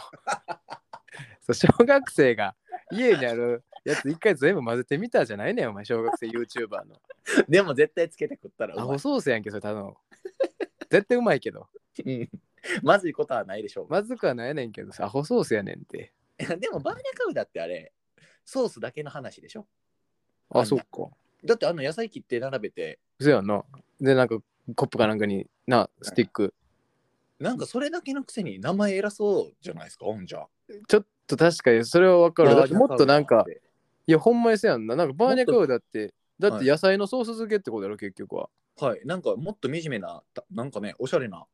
[SPEAKER 2] そう小学生が家にあるやつ一回全部混ぜてみたじゃないねんお前小学生 YouTuber の
[SPEAKER 1] でも絶対つけて食ったらうま
[SPEAKER 2] ア
[SPEAKER 1] い
[SPEAKER 2] ホソースやんけそれただの絶対うまいけど
[SPEAKER 1] うんまずいことはないでしょう、
[SPEAKER 2] まずくはないねんけどさ、アホソースやねんって。
[SPEAKER 1] でもバーニャカウダってあれソースだけの話でしょ
[SPEAKER 2] あ、そっか。そ
[SPEAKER 1] だってあの野菜切って並べて
[SPEAKER 2] やんな。で、なんか、コップかなんかに、な、スティック。
[SPEAKER 1] なんかそれだけのくせに名前偉そうじゃないですかほんじゃ
[SPEAKER 2] ちょっと確かに、それはわかる。だってもっとなん
[SPEAKER 1] バーニ
[SPEAKER 2] か
[SPEAKER 1] ャカウダ、て
[SPEAKER 2] いや、ほんまにそうやんな。なんか、バーニャカウダって、だっ
[SPEAKER 1] は
[SPEAKER 2] て
[SPEAKER 1] い
[SPEAKER 2] 野菜のソース漬けってことやろ、結局は。
[SPEAKER 1] はいなんかもっと惨めなたなんかねおしゃれな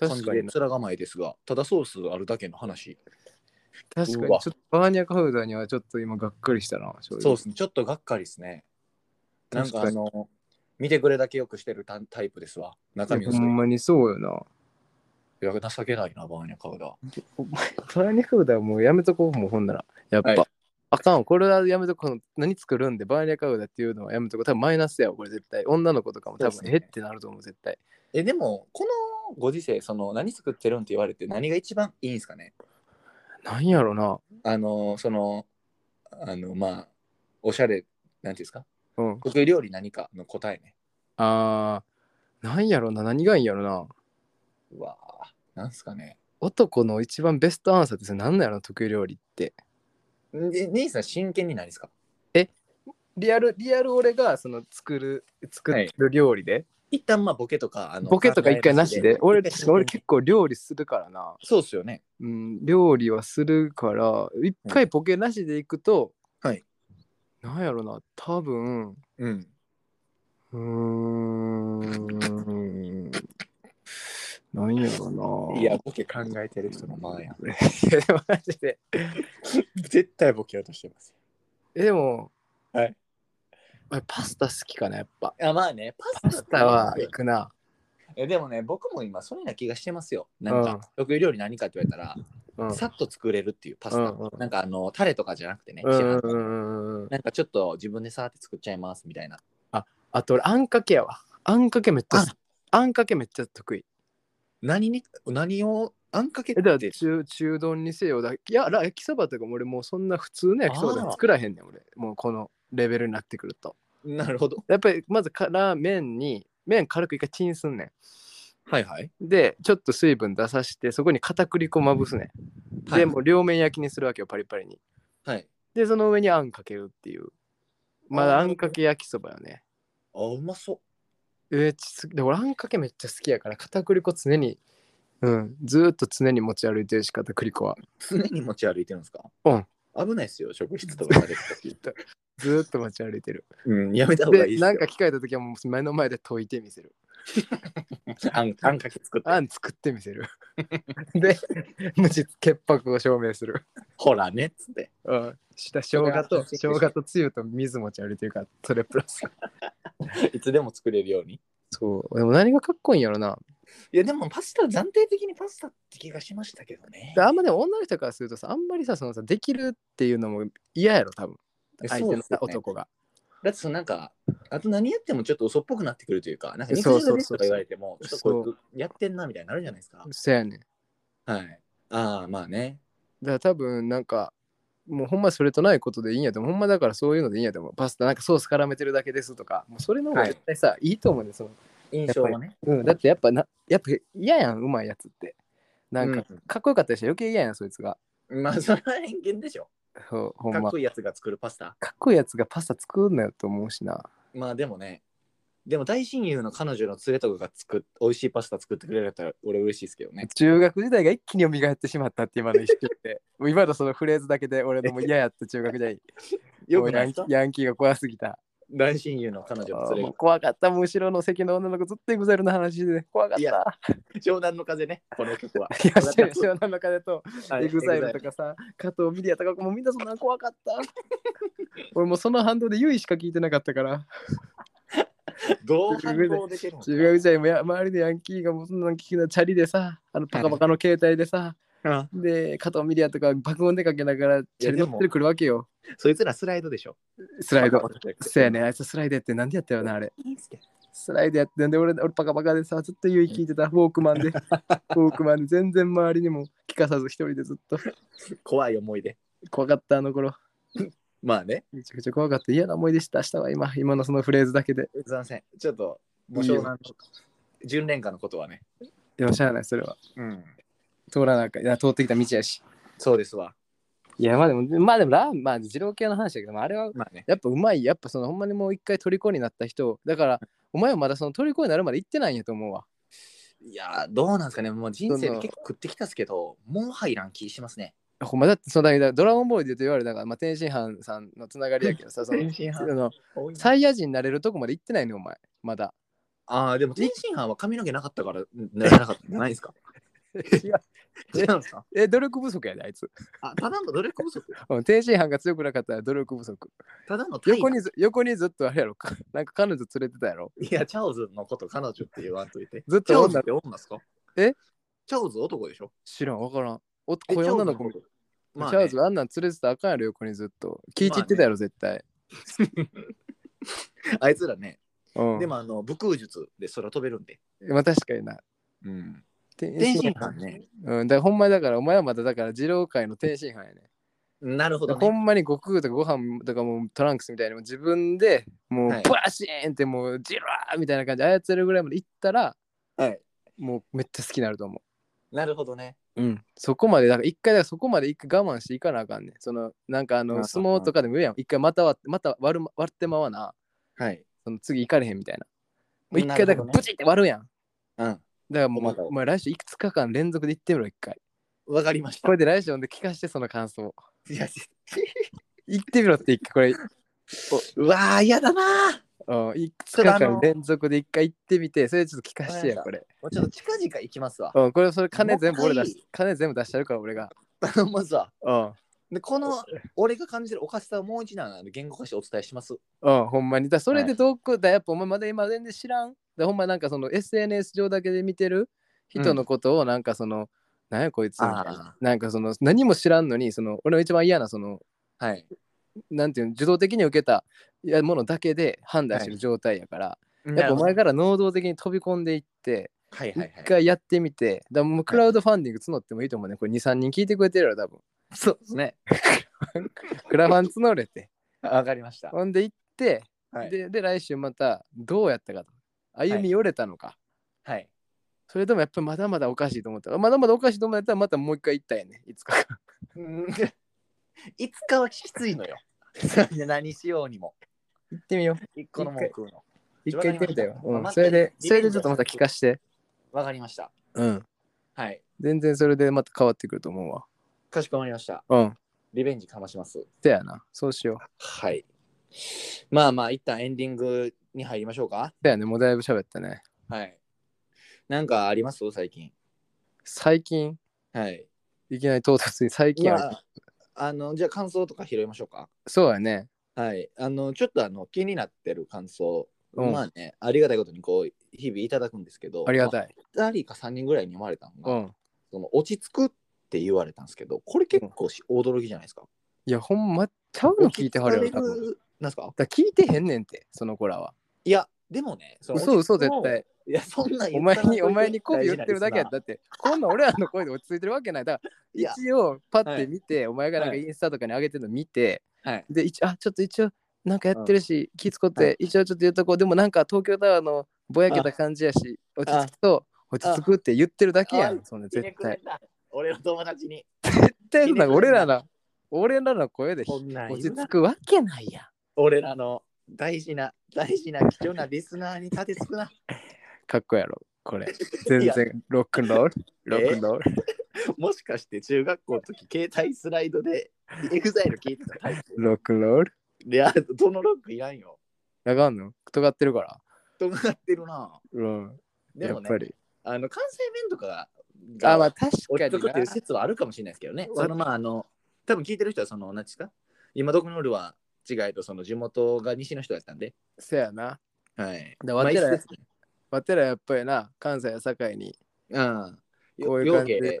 [SPEAKER 1] 感
[SPEAKER 2] 確
[SPEAKER 1] じ
[SPEAKER 2] か
[SPEAKER 1] で
[SPEAKER 2] にな。
[SPEAKER 1] 面構えですがただソースあるだけの話
[SPEAKER 2] 確かに。
[SPEAKER 1] う
[SPEAKER 2] ちょ
[SPEAKER 1] わ
[SPEAKER 2] っと、バーニャカウダにはちょっと今、がっくりしたな。正直
[SPEAKER 1] そうですねちょっとがっかりですねなんかあ
[SPEAKER 2] 確か
[SPEAKER 1] の見てくれだけよくしてるタタイプですわ中身
[SPEAKER 2] に。
[SPEAKER 1] を
[SPEAKER 2] ほ
[SPEAKER 1] する
[SPEAKER 2] んまにそうよな。
[SPEAKER 1] いや情けないなバーニャカウダ
[SPEAKER 2] バーニャカウダはもうやめとこう、もうほんなら。やっぱ。
[SPEAKER 1] はい
[SPEAKER 2] あかんわこれはやめとこう何作るんでバーニャカウダっていうのはやめとこう多分マイナスやわこれ絶対女の子とかも多
[SPEAKER 1] そうです
[SPEAKER 2] 分
[SPEAKER 1] ね
[SPEAKER 2] へってなると思う絶対
[SPEAKER 1] えでもこのご時世その何作ってるんって言われて何が一番いいんですかね
[SPEAKER 2] なんやろな
[SPEAKER 1] あのそのあのまあおしゃれなんていうんですか
[SPEAKER 2] うん
[SPEAKER 1] 得意料理何かの答えね
[SPEAKER 2] あーなんやろな何がいいんやろな
[SPEAKER 1] うわあなんすかね
[SPEAKER 2] 男の一番ベストアンサーってそれ何なんやろな得意料理って
[SPEAKER 1] に兄さん真剣に何ですか
[SPEAKER 2] リアルリアル俺がその作る作ってる料理で、
[SPEAKER 1] 一旦まあボケとかあの
[SPEAKER 2] ボケとか一回なしで俺
[SPEAKER 1] 一回真剣に
[SPEAKER 2] 俺結構料理するからな
[SPEAKER 1] そうっすよね
[SPEAKER 2] うん料理はするから一回ボケなしでいくと、
[SPEAKER 1] はい
[SPEAKER 2] なんやろな多分
[SPEAKER 1] うん
[SPEAKER 2] うーんなんやろない
[SPEAKER 1] いやボケ考えてる人の間や
[SPEAKER 2] やでもマジで
[SPEAKER 1] 絶対ボケようとしてます
[SPEAKER 2] えでも、
[SPEAKER 1] はい
[SPEAKER 2] 俺パスタ好きかな、やっぱ。
[SPEAKER 1] あまあねパ
[SPEAKER 2] パ
[SPEAKER 1] ス
[SPEAKER 2] ス
[SPEAKER 1] タ
[SPEAKER 2] タ
[SPEAKER 1] は
[SPEAKER 2] は行くな。
[SPEAKER 1] えでもね僕も今それな気がしてますよなん
[SPEAKER 2] うん
[SPEAKER 1] か得意料理何かって言われたら
[SPEAKER 2] うん。
[SPEAKER 1] さっと作れるっていうパスタ、
[SPEAKER 2] うんうん
[SPEAKER 1] なんかあのタレとかじゃなくてね、
[SPEAKER 2] うん
[SPEAKER 1] 市販
[SPEAKER 2] う
[SPEAKER 1] の
[SPEAKER 2] んうんうん
[SPEAKER 1] なんかちょっと自分でさーって作っちゃいますみたいな
[SPEAKER 2] あと俺、あんかけやわ。あんかけめっちゃ好き、あんかけめっちゃ得意。
[SPEAKER 1] 何に何をあんかけ
[SPEAKER 2] えだから
[SPEAKER 1] て
[SPEAKER 2] 中中丼にせよだいやら焼きそばとかも俺もうそんな普通の焼きそばとか作らへんねん俺もうこのレベルになってくると
[SPEAKER 1] なるほど
[SPEAKER 2] やっぱりまずから麺に麺軽く一回チンすんね
[SPEAKER 1] はいはい
[SPEAKER 2] んでちょっと水分出さしてそこに片栗粉まぶすねん、
[SPEAKER 1] はい
[SPEAKER 2] でもう両面焼きにするわけよパリパリに
[SPEAKER 1] はい
[SPEAKER 2] でその上にあんかけるっていうまだあんかけ焼きそばよね
[SPEAKER 1] あうまそう
[SPEAKER 2] えー、ちで俺あんかけめっちゃ好きやから片栗粉常にうんずーっと常に持ち歩いてるし片栗粉は
[SPEAKER 1] 常に持ち歩いてるんですか
[SPEAKER 2] うん
[SPEAKER 1] 危ないっすよ職質とかされた 時
[SPEAKER 2] ずーっと持ち歩いてる
[SPEAKER 1] うんやめた方がいい
[SPEAKER 2] で
[SPEAKER 1] っすよ
[SPEAKER 2] なんか機会た時はもう目の前で解いてみせる
[SPEAKER 1] あんあんかけ作って
[SPEAKER 2] あん作ってみせる で無実潔白を証明する
[SPEAKER 1] ほらねっつって
[SPEAKER 2] うんした生姜と生
[SPEAKER 1] それは
[SPEAKER 2] 姜とつゆと水持ち歩いてるからそれプラス
[SPEAKER 1] いつでも作れるように
[SPEAKER 2] そうでも何がかっこいいんやろない
[SPEAKER 1] やでもパスタ暫定的にパスタって気がしましたけどね
[SPEAKER 2] であんまでも女の人からするとさあんまりさそのさできるっていうのも嫌やろ多分
[SPEAKER 1] え
[SPEAKER 2] 相手のさ、
[SPEAKER 1] そうっすよね
[SPEAKER 2] 男が
[SPEAKER 1] だってそのなんかあと何やってもちょっと嘘っぽくなってくるというかなんか
[SPEAKER 2] そう
[SPEAKER 1] 肉
[SPEAKER 2] そう
[SPEAKER 1] 汁ですとか言われてもちょ
[SPEAKER 2] そ
[SPEAKER 1] っ
[SPEAKER 2] う
[SPEAKER 1] とこうやってんなみたいになるじゃないですか
[SPEAKER 2] そやねん
[SPEAKER 1] はいああまあね
[SPEAKER 2] だから多分なんかもうほんまそれとないことでいいんやと思うほんまだからそういうのでいいんやと思うパスタなんかソース絡めてるだけですとかもうそれの方が絶対さ、い、いと思うねんその
[SPEAKER 1] 印象はね
[SPEAKER 2] うん、だってやっぱな、やっぱ嫌やん、うまいやつって。なんか、
[SPEAKER 1] うん
[SPEAKER 2] かっこよかったでしょ、余計嫌やん、そいつが。
[SPEAKER 1] まあそれは偏見でしょ
[SPEAKER 2] そうほん
[SPEAKER 1] かっ
[SPEAKER 2] ま。
[SPEAKER 1] こいいやつが作るパスタ
[SPEAKER 2] かっこいいやつがパスタ作るなよと思うしな。
[SPEAKER 1] まあでもねでも大親友の彼女の連れとかが作っ美味しいパスタ作ってくれるやったら俺嬉しいですけどね
[SPEAKER 2] 中学時代が一気に蘇ってしまったって 今の一瞬で。もう今のそのフレーズだけで俺のもう嫌やった中学時代。
[SPEAKER 1] よくないです
[SPEAKER 2] も
[SPEAKER 1] か
[SPEAKER 2] うヤンヤンキーが怖すぎた。
[SPEAKER 1] 大親友の彼女の
[SPEAKER 2] あー
[SPEAKER 1] 連
[SPEAKER 2] も
[SPEAKER 1] れ
[SPEAKER 2] う怖かった、もう後ろの席の女の子ずっとエグザイルの話で怖かっ
[SPEAKER 1] い
[SPEAKER 2] た。い
[SPEAKER 1] や
[SPEAKER 2] や、
[SPEAKER 1] 湘南の風ねこの曲は
[SPEAKER 2] 湘南の風と
[SPEAKER 1] はい
[SPEAKER 2] エグザイルとかさ、加藤ミリアとかもうみんなそんな怖か った。俺もうその反動で優位しか聞いてなかったから。
[SPEAKER 1] どう反応できるのか
[SPEAKER 2] 中学時代もや周りのヤンキーがもうそんなの聞きなチャリでさあのパカパカの携帯でさ、
[SPEAKER 1] うん
[SPEAKER 2] で加藤ミリアとか爆音でかけながらチャリ乗ってくるわけよ
[SPEAKER 1] そいつらスライドでしょ
[SPEAKER 2] スライド
[SPEAKER 1] パカパカって
[SPEAKER 2] そうやねあいつスライドやってなんでやったよなあれ
[SPEAKER 1] いいっすけど
[SPEAKER 2] スライドやってんで俺俺パカパカでさずっと言い聞いてたフォークマ ンでフォークマンで全然周りにも聞かさず一人でずっと
[SPEAKER 1] 怖い思い出
[SPEAKER 2] 怖かったあの頃
[SPEAKER 1] まあね
[SPEAKER 2] めちゃくちゃ怖かった嫌な思い出したしたわ今今のそのフレーズだけです
[SPEAKER 1] いませんちょっともう
[SPEAKER 2] いいよ
[SPEAKER 1] 湘南の純恋歌のことはね
[SPEAKER 2] でもしゃあないそれは
[SPEAKER 1] うん
[SPEAKER 2] 通らなあかんいや通ってきた道やし
[SPEAKER 1] そうですわ
[SPEAKER 2] いやまあでもまあでもラーメンまあ二郎系の話だけどまああれは
[SPEAKER 1] まあね
[SPEAKER 2] やっぱうまい、やっぱそのほんまにもう一回虜になった人、だから、お前はまだその虜になるまで行ってないんやと思うわ。
[SPEAKER 1] いやーどうなんですかねもう人生
[SPEAKER 2] そ
[SPEAKER 1] で
[SPEAKER 2] の
[SPEAKER 1] 結構食ってきたっすけどもう入らん気しますね
[SPEAKER 2] ほんまだってそのだけだドラゴンボールで言うと言われたから、まあ、天津飯さんのつながりやけどさ、その
[SPEAKER 1] 津
[SPEAKER 2] あのサイヤ人になれるとこまで行ってないね、お前。まだ。
[SPEAKER 1] ああでも天津飯は髪の毛なかったからならなかったんじゃない ですか
[SPEAKER 2] いや
[SPEAKER 1] 違うんですか
[SPEAKER 2] え、努力不足やで、あいつ。
[SPEAKER 1] あただの努力不足
[SPEAKER 2] うん天津飯が強くなかったら努力不足。
[SPEAKER 1] ただの態
[SPEAKER 2] 横
[SPEAKER 1] 度
[SPEAKER 2] にず横にずっとあれやろ、か なんか彼女連れてたやろ。
[SPEAKER 1] いや、チャオズのこと彼女って言わんといて。
[SPEAKER 2] ずっ
[SPEAKER 1] チャ
[SPEAKER 2] と
[SPEAKER 1] オズ
[SPEAKER 2] 女
[SPEAKER 1] っ
[SPEAKER 2] の子
[SPEAKER 1] て女ですか
[SPEAKER 2] え
[SPEAKER 1] チャオズ男でしょ
[SPEAKER 2] 知らん、わからん。おっ
[SPEAKER 1] え
[SPEAKER 2] こい女の
[SPEAKER 1] チャオ
[SPEAKER 2] 子も
[SPEAKER 1] ズ。こと
[SPEAKER 2] チ
[SPEAKER 1] まあ
[SPEAKER 2] ャー
[SPEAKER 1] ね
[SPEAKER 2] ズ、あんなん連れてたらあかんやろ、横にずっと。聞いちってたやろ、絶対。
[SPEAKER 1] あいつらね、
[SPEAKER 2] うん。
[SPEAKER 1] でもあの武空術で空飛べるんで。
[SPEAKER 2] まあ確かにな。
[SPEAKER 1] うん、
[SPEAKER 2] 天
[SPEAKER 1] 天津飯ね。
[SPEAKER 2] うん、だからほんまにだから、お前はまだだから、二郎界の天津飯やね。
[SPEAKER 1] なるほど、
[SPEAKER 2] ほ
[SPEAKER 1] ね。
[SPEAKER 2] んまに悟空とかご飯とかもうトランクスみたいにもう自分でもう
[SPEAKER 1] はい
[SPEAKER 2] バシーンってもうジローみたいな感じで操るぐらいまで行ったら、
[SPEAKER 1] はい
[SPEAKER 2] もうめっちゃ好きになると思
[SPEAKER 1] なるほどね。
[SPEAKER 2] う。うん、そこまで、だから一回だからそこまで一回我慢していかなあかんねん。そのなんかあ
[SPEAKER 1] うん
[SPEAKER 2] の相撲とかでも言うやん。一回また割また割る割ってまわな、
[SPEAKER 1] はい。
[SPEAKER 2] その次行かれへんみたいな。もう一回
[SPEAKER 1] な
[SPEAKER 2] だ
[SPEAKER 1] る
[SPEAKER 2] か
[SPEAKER 1] ほどね
[SPEAKER 2] らブチって割るやん。だからも
[SPEAKER 1] また
[SPEAKER 2] う、お前来週いくつか間連続で行ってみろ、一回。
[SPEAKER 1] うん。わかりました
[SPEAKER 2] こ。れで来週ほんで聞かして、その感想。
[SPEAKER 1] いや
[SPEAKER 2] 行ってみろって一回こ
[SPEAKER 1] うわー、嫌だなー
[SPEAKER 2] れ、うん、いくつ
[SPEAKER 1] ちょっとあ
[SPEAKER 2] か
[SPEAKER 1] の
[SPEAKER 2] 間連続で一回行ってみて、それちょっと聞かしてや、
[SPEAKER 1] わ
[SPEAKER 2] これ。
[SPEAKER 1] もうちょっと近々行きますわ。
[SPEAKER 2] うん、これそれ金全部俺
[SPEAKER 1] もう
[SPEAKER 2] 出
[SPEAKER 1] 一
[SPEAKER 2] し、金全部出してやるから俺が。
[SPEAKER 1] 頼むわ。
[SPEAKER 2] うん、
[SPEAKER 1] で、この俺が感じるおかしさをもう一段あの言語化してお伝えします。
[SPEAKER 2] うん、ほんまに。だそれでどこだ、やっぱお前まだ今全然知らん。で、ほんまなんかその SNS 上だけで見てる人のことをなんかその、なんやこいつみたい
[SPEAKER 1] あ
[SPEAKER 2] な。なんかその何も知らんのに、その俺の一番嫌なその、
[SPEAKER 1] はい。
[SPEAKER 2] なんていうの、受動的に受けたいやものだけで判断してる状態やから、やっぱお前
[SPEAKER 1] が
[SPEAKER 2] から能動的に飛び込んでいって、
[SPEAKER 1] はいはいは
[SPEAKER 2] 一
[SPEAKER 1] い。
[SPEAKER 2] 回やってみて、だからもうクラウドファンディング募ってもいいと思うね。これ2、3人聞いてくれてるやろ、 多分。
[SPEAKER 1] そうですね。
[SPEAKER 2] クラファン募れて。
[SPEAKER 1] わかりました。
[SPEAKER 2] ほんで行って、
[SPEAKER 1] はい。
[SPEAKER 2] で、で、来週またどうやったかと。歩み寄れたのか。
[SPEAKER 1] はい、
[SPEAKER 2] それともやっぱりまだまだおかしいと思ったら、まだまだおかしいと思ったら、またもう一 回行ったんやね。いつか。
[SPEAKER 1] いつかはきついのよ。 何しようにも。
[SPEAKER 2] 行ってみよう。
[SPEAKER 1] 一個のもん食うの。
[SPEAKER 2] 一回行ってみたよ。う
[SPEAKER 1] ま
[SPEAKER 2] ん、
[SPEAKER 1] あ
[SPEAKER 2] それ
[SPEAKER 1] リ
[SPEAKER 2] で、
[SPEAKER 1] ベンジ
[SPEAKER 2] それでちょっとまた聞かして。
[SPEAKER 1] わかりました。
[SPEAKER 2] うん。
[SPEAKER 1] はい。
[SPEAKER 2] 全然それでまた変わってくると思うわ。
[SPEAKER 1] かしこまりました。
[SPEAKER 2] うん。
[SPEAKER 1] リベンジかまします。
[SPEAKER 2] てやな。そうしよう。
[SPEAKER 1] はい。まあまあ、一旦エンディングに入りましょうか。
[SPEAKER 2] てやね。もうだいぶ喋ったね。
[SPEAKER 1] はい。なんかあります最近。
[SPEAKER 2] 最近、
[SPEAKER 1] はい。
[SPEAKER 2] いきなり唐突に最近ある、
[SPEAKER 1] まあ、あの、じゃあ感想とか拾いましょうか。
[SPEAKER 2] そうやね。
[SPEAKER 1] はい。あの、ちょっとあの、気になってる感想。
[SPEAKER 2] うん
[SPEAKER 1] まあね、ありがたいことにこう、日々いただくんですけど、
[SPEAKER 2] ありがた
[SPEAKER 1] い。
[SPEAKER 2] い。
[SPEAKER 1] 2人か3人ぐらいに読まれたの
[SPEAKER 2] う
[SPEAKER 1] が、
[SPEAKER 2] ん。
[SPEAKER 1] その落ち着くって言われたんですけど、これ結構し、驚きじゃないですか。
[SPEAKER 2] いや、ほんま、ちゃうの聞いてはる
[SPEAKER 1] 落
[SPEAKER 2] やろ、
[SPEAKER 1] ち
[SPEAKER 2] 多
[SPEAKER 1] 着かれ
[SPEAKER 2] 分。だか
[SPEAKER 1] なんすから
[SPEAKER 2] 聞いてへんねんて、その子らは。
[SPEAKER 1] いや、でもね、その
[SPEAKER 2] 嘘嘘絶。
[SPEAKER 1] 落ち着くの
[SPEAKER 2] 対。
[SPEAKER 1] いや、そんなん
[SPEAKER 2] お
[SPEAKER 1] 言っ
[SPEAKER 2] 前
[SPEAKER 1] たら
[SPEAKER 2] に、お前に媚び言ってるだけやっ
[SPEAKER 1] 大事なリスナー
[SPEAKER 2] た。だって、こんなん俺らの声で落ち着いてるわけない。だから、
[SPEAKER 1] いや
[SPEAKER 2] 一応、パッて見て、お前がなんか
[SPEAKER 1] はい
[SPEAKER 2] インスタとかに上げてるの見て、
[SPEAKER 1] はい。
[SPEAKER 2] で、一あ、ちょっと一応、なんかやってるし、気使って、
[SPEAKER 1] は
[SPEAKER 2] 一応ちょっと言っとこう。でもなんか東京タワーのぼやけた感じやし、落ち着くと、落ち着くって言ってるだけやん、そんな絶対。。
[SPEAKER 1] 俺の友達に。
[SPEAKER 2] 絶対なんか俺らの、俺らの声で
[SPEAKER 1] こんなん
[SPEAKER 2] 落
[SPEAKER 1] 言う
[SPEAKER 2] ち
[SPEAKER 1] な
[SPEAKER 2] 着くわけないやん。
[SPEAKER 1] 俺らの大事な、大事な貴重なリスナーに立てつくな。
[SPEAKER 2] かっこやろ、これ。全
[SPEAKER 1] いや
[SPEAKER 2] 然ロックンロール。ロックンロール。
[SPEAKER 1] もしかして中学校の時、携帯スライドで EXILE 聞いてたタイプ。
[SPEAKER 2] ロックンロール。
[SPEAKER 1] いや、どのロックいらんよ。
[SPEAKER 2] あかんの尖ってるから。
[SPEAKER 1] とがってるな。
[SPEAKER 2] うん。
[SPEAKER 1] で
[SPEAKER 2] や
[SPEAKER 1] も
[SPEAKER 2] っ
[SPEAKER 1] ね
[SPEAKER 2] ぱ、り。
[SPEAKER 1] あの関西弁とかが
[SPEAKER 2] あ、まあ確
[SPEAKER 1] 落
[SPEAKER 2] か
[SPEAKER 1] ち着くってい
[SPEAKER 2] に
[SPEAKER 1] う説はあるかもしれないですけどね。
[SPEAKER 2] わ
[SPEAKER 1] そのまああの、多分聞いてる人はその、何ですか今どこのルは違いとその地元が西の人だったんで。
[SPEAKER 2] せやな。
[SPEAKER 1] はい。
[SPEAKER 2] だわて
[SPEAKER 1] まあ
[SPEAKER 2] ら
[SPEAKER 1] 一、説ね
[SPEAKER 2] わてらやっぱりな、関西や境に
[SPEAKER 1] うん。
[SPEAKER 2] こういう
[SPEAKER 1] よ
[SPEAKER 2] 感
[SPEAKER 1] う
[SPEAKER 2] じ
[SPEAKER 1] け
[SPEAKER 2] で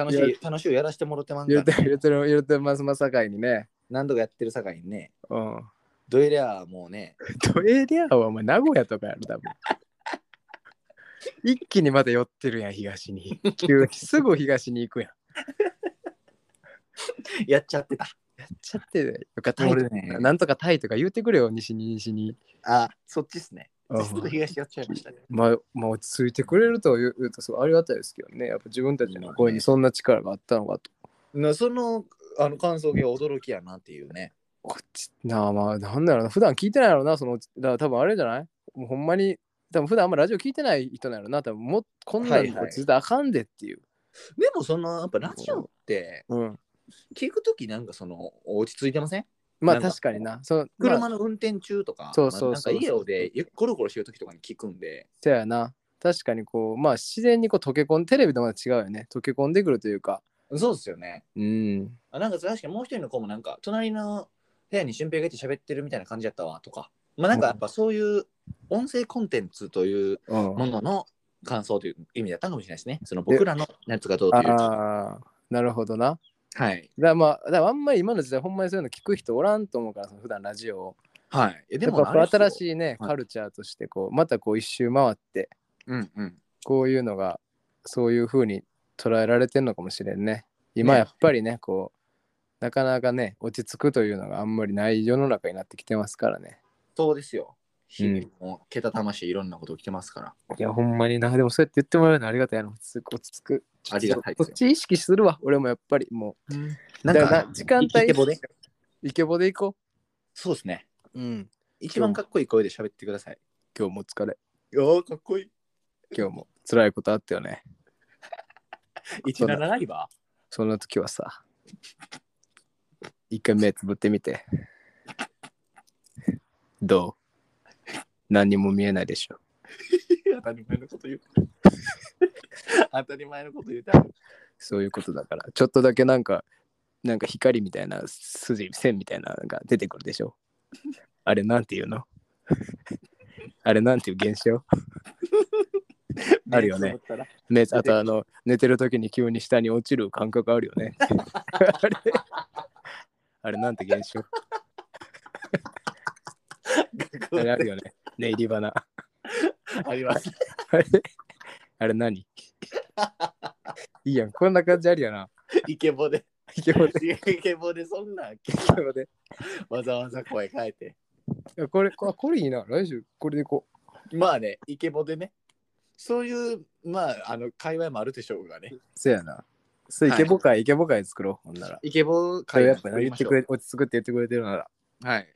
[SPEAKER 1] 楽し
[SPEAKER 2] い
[SPEAKER 1] い、楽しいをやらしてもろってまん
[SPEAKER 2] 言
[SPEAKER 1] か
[SPEAKER 2] うて
[SPEAKER 1] ら、
[SPEAKER 2] る、言うてる、言うてるますます境にね。
[SPEAKER 1] 何度かやってる境にね、
[SPEAKER 2] うん。
[SPEAKER 1] ドイレアはもうね、
[SPEAKER 2] ドエリアはお前名古屋とかやろ、多分。一気にまた寄ってるやん、東に。急にすぐ東に行くやん。
[SPEAKER 1] やっちゃってた。
[SPEAKER 2] やっちゃってるよかった、
[SPEAKER 1] タイ
[SPEAKER 2] 俺、
[SPEAKER 1] ね
[SPEAKER 2] なんとかタイとか言うてくれよ、西に西に。
[SPEAKER 1] あ、そっちっすね。
[SPEAKER 2] うん
[SPEAKER 1] ちょっと東やっちゃいましたね。
[SPEAKER 2] まあ、まあ、落ち着いてくれると言う言うとすごいありがたいですけどね。やっぱ自分たちの声にそんな力があったのかと。
[SPEAKER 1] なそのあの感想が驚きやなっていうね。
[SPEAKER 2] こっちなあまあ、なんだろうな。普段聞いてないやろな。その、だから多分あれじゃないもうほんまに、多分普段あんまラジオ聞いてない人なんやろな。多分もうこんな
[SPEAKER 1] はい
[SPEAKER 2] に
[SPEAKER 1] はい
[SPEAKER 2] 落ち着いてあかんでっていう。
[SPEAKER 1] でもそのやっぱラジオって
[SPEAKER 2] うん。
[SPEAKER 1] 聞くときなんかその落ち着いてません
[SPEAKER 2] まあ
[SPEAKER 1] なんか
[SPEAKER 2] 確かにな。そのま
[SPEAKER 1] 車
[SPEAKER 2] あ、
[SPEAKER 1] の運転中とか、
[SPEAKER 2] そうそうそ
[SPEAKER 1] まあ
[SPEAKER 2] う
[SPEAKER 1] なんか家をでゆコロコロしてるときとかに聞くんで、
[SPEAKER 2] せやな。確かにこう、まあ自然にこう溶け込んテレビとまた違うよね。溶け込んでくるというか。
[SPEAKER 1] そうですよね。
[SPEAKER 2] うん。
[SPEAKER 1] あなんか確かにもう一人の子もなんか隣の部屋に俊平がいて喋ってるみたいな感じやったわとか、まあなんかやっぱそういう音声コンテンツという
[SPEAKER 2] うん
[SPEAKER 1] ものの感想という意味だったかもしれないですね。その僕らのやつがどうというか。
[SPEAKER 2] ああ、なるほどな。
[SPEAKER 1] はい。
[SPEAKER 2] だからまあ、だからあんまり今の時代、ほんまにそういうの聞く人おらんと思うから、その普段ラジオを。
[SPEAKER 1] はい。えで
[SPEAKER 2] でも
[SPEAKER 1] もあれですよ
[SPEAKER 2] 新しいね、
[SPEAKER 1] はい
[SPEAKER 2] カルチャーとして、こう、またこう一周回って、
[SPEAKER 1] うんうん。
[SPEAKER 2] こういうのが、そういう風に捉えられてるのかもしれんね。今
[SPEAKER 1] ね
[SPEAKER 2] やっぱりね、こう、なかなかね、落ち着くというのがあんまりない世の中になってきてますからね。
[SPEAKER 1] そうですよ。日
[SPEAKER 2] うん
[SPEAKER 1] 々もうけたたましいいろんなこと起きてますから。
[SPEAKER 2] いや、ほんまにな、でもそうやって言ってもらえるのありがたいな。落ち着く、落ち着く。
[SPEAKER 1] ありがたいで
[SPEAKER 2] こ
[SPEAKER 1] す
[SPEAKER 2] っち意識するわ、俺もやっぱりもう。
[SPEAKER 1] なん
[SPEAKER 2] だから
[SPEAKER 1] か
[SPEAKER 2] な、時間帯
[SPEAKER 1] イケボで。
[SPEAKER 2] イケボで行こ
[SPEAKER 1] そうですね。
[SPEAKER 2] う。うん。
[SPEAKER 1] 一番かっこいい声で喋ってください。
[SPEAKER 2] 今日も疲れ。
[SPEAKER 1] よーかっこいい。
[SPEAKER 2] 今日も辛いことあったよね。
[SPEAKER 1] 17ライバ
[SPEAKER 2] そんな時はさ、一回目つぶってみて。どう何にも見えないでしょ。
[SPEAKER 1] ー当たり前のこと言う。 当たり前のこと言うた。
[SPEAKER 2] そういうことだから、ちょっとだけなんか、なんか光みたいな筋、線みたいなのが出てくるでしょ。あれなんていうの あれなんていう現象あるよね
[SPEAKER 1] 目つぶったら。
[SPEAKER 2] ね、あとあの、寝てる時に急に下に落ちる感覚あるよね。 あれ あれなんて現象 あれあるよね。ね入り花。
[SPEAKER 1] あります。
[SPEAKER 2] あれ あれ何いいやん、こんな感じあるよな。
[SPEAKER 1] イケボで、
[SPEAKER 2] イケボで、
[SPEAKER 1] イケボでそんな
[SPEAKER 2] イケボで。
[SPEAKER 1] わざわざ声変えて。
[SPEAKER 2] いやこれ、ここれいいな。来週、これでいこう。
[SPEAKER 1] まあね、イケボでね。そういう、まあ、あの、界隈もあるでしょうがね。
[SPEAKER 2] せやな。そう、イ
[SPEAKER 1] はい
[SPEAKER 2] ケボ会、イケボ会作ろう。ほんなら。
[SPEAKER 1] イケボ
[SPEAKER 2] それやっぱ
[SPEAKER 1] 作
[SPEAKER 2] な
[SPEAKER 1] り
[SPEAKER 2] 言っ
[SPEAKER 1] ま
[SPEAKER 2] て
[SPEAKER 1] しょ
[SPEAKER 2] く
[SPEAKER 1] う
[SPEAKER 2] れ、落ち着くって言ってくれてるなら、
[SPEAKER 1] はい。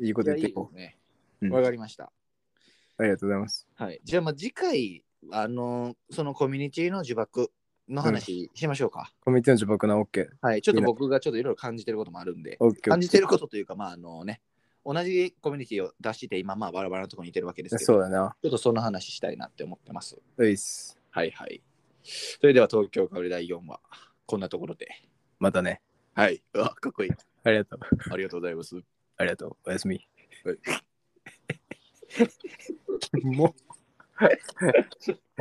[SPEAKER 2] いいこと言っていこ
[SPEAKER 1] いやいいです
[SPEAKER 2] う。う
[SPEAKER 1] ね。
[SPEAKER 2] ん
[SPEAKER 1] わかりました。
[SPEAKER 2] ありがとうございます。
[SPEAKER 1] はい。じゃあ、まあ、次回、あの、そのコミュニティの呪縛の話しましょうか。
[SPEAKER 2] コミュニティの呪縛な OK。
[SPEAKER 1] はい。ちょっと僕がちょっといろいろ感じてることもあるんで、
[SPEAKER 2] OK。
[SPEAKER 1] 感じてることというか、まあ、あのね、同じコミュニティを出して、今、まあ、バラバラのところにいてるわけですけど、
[SPEAKER 2] そうだな。
[SPEAKER 1] ちょっとその話したいなって思ってます。
[SPEAKER 2] ういっす。
[SPEAKER 1] はいはい。それでは、東京かぶれ第4話、こんなところで。
[SPEAKER 2] またね。
[SPEAKER 1] はい。うわ、かっこいい。
[SPEAKER 2] ありがとう。
[SPEAKER 1] ありがとうございます。
[SPEAKER 2] ありがとう。おやすみ
[SPEAKER 1] はい。
[SPEAKER 2] もう。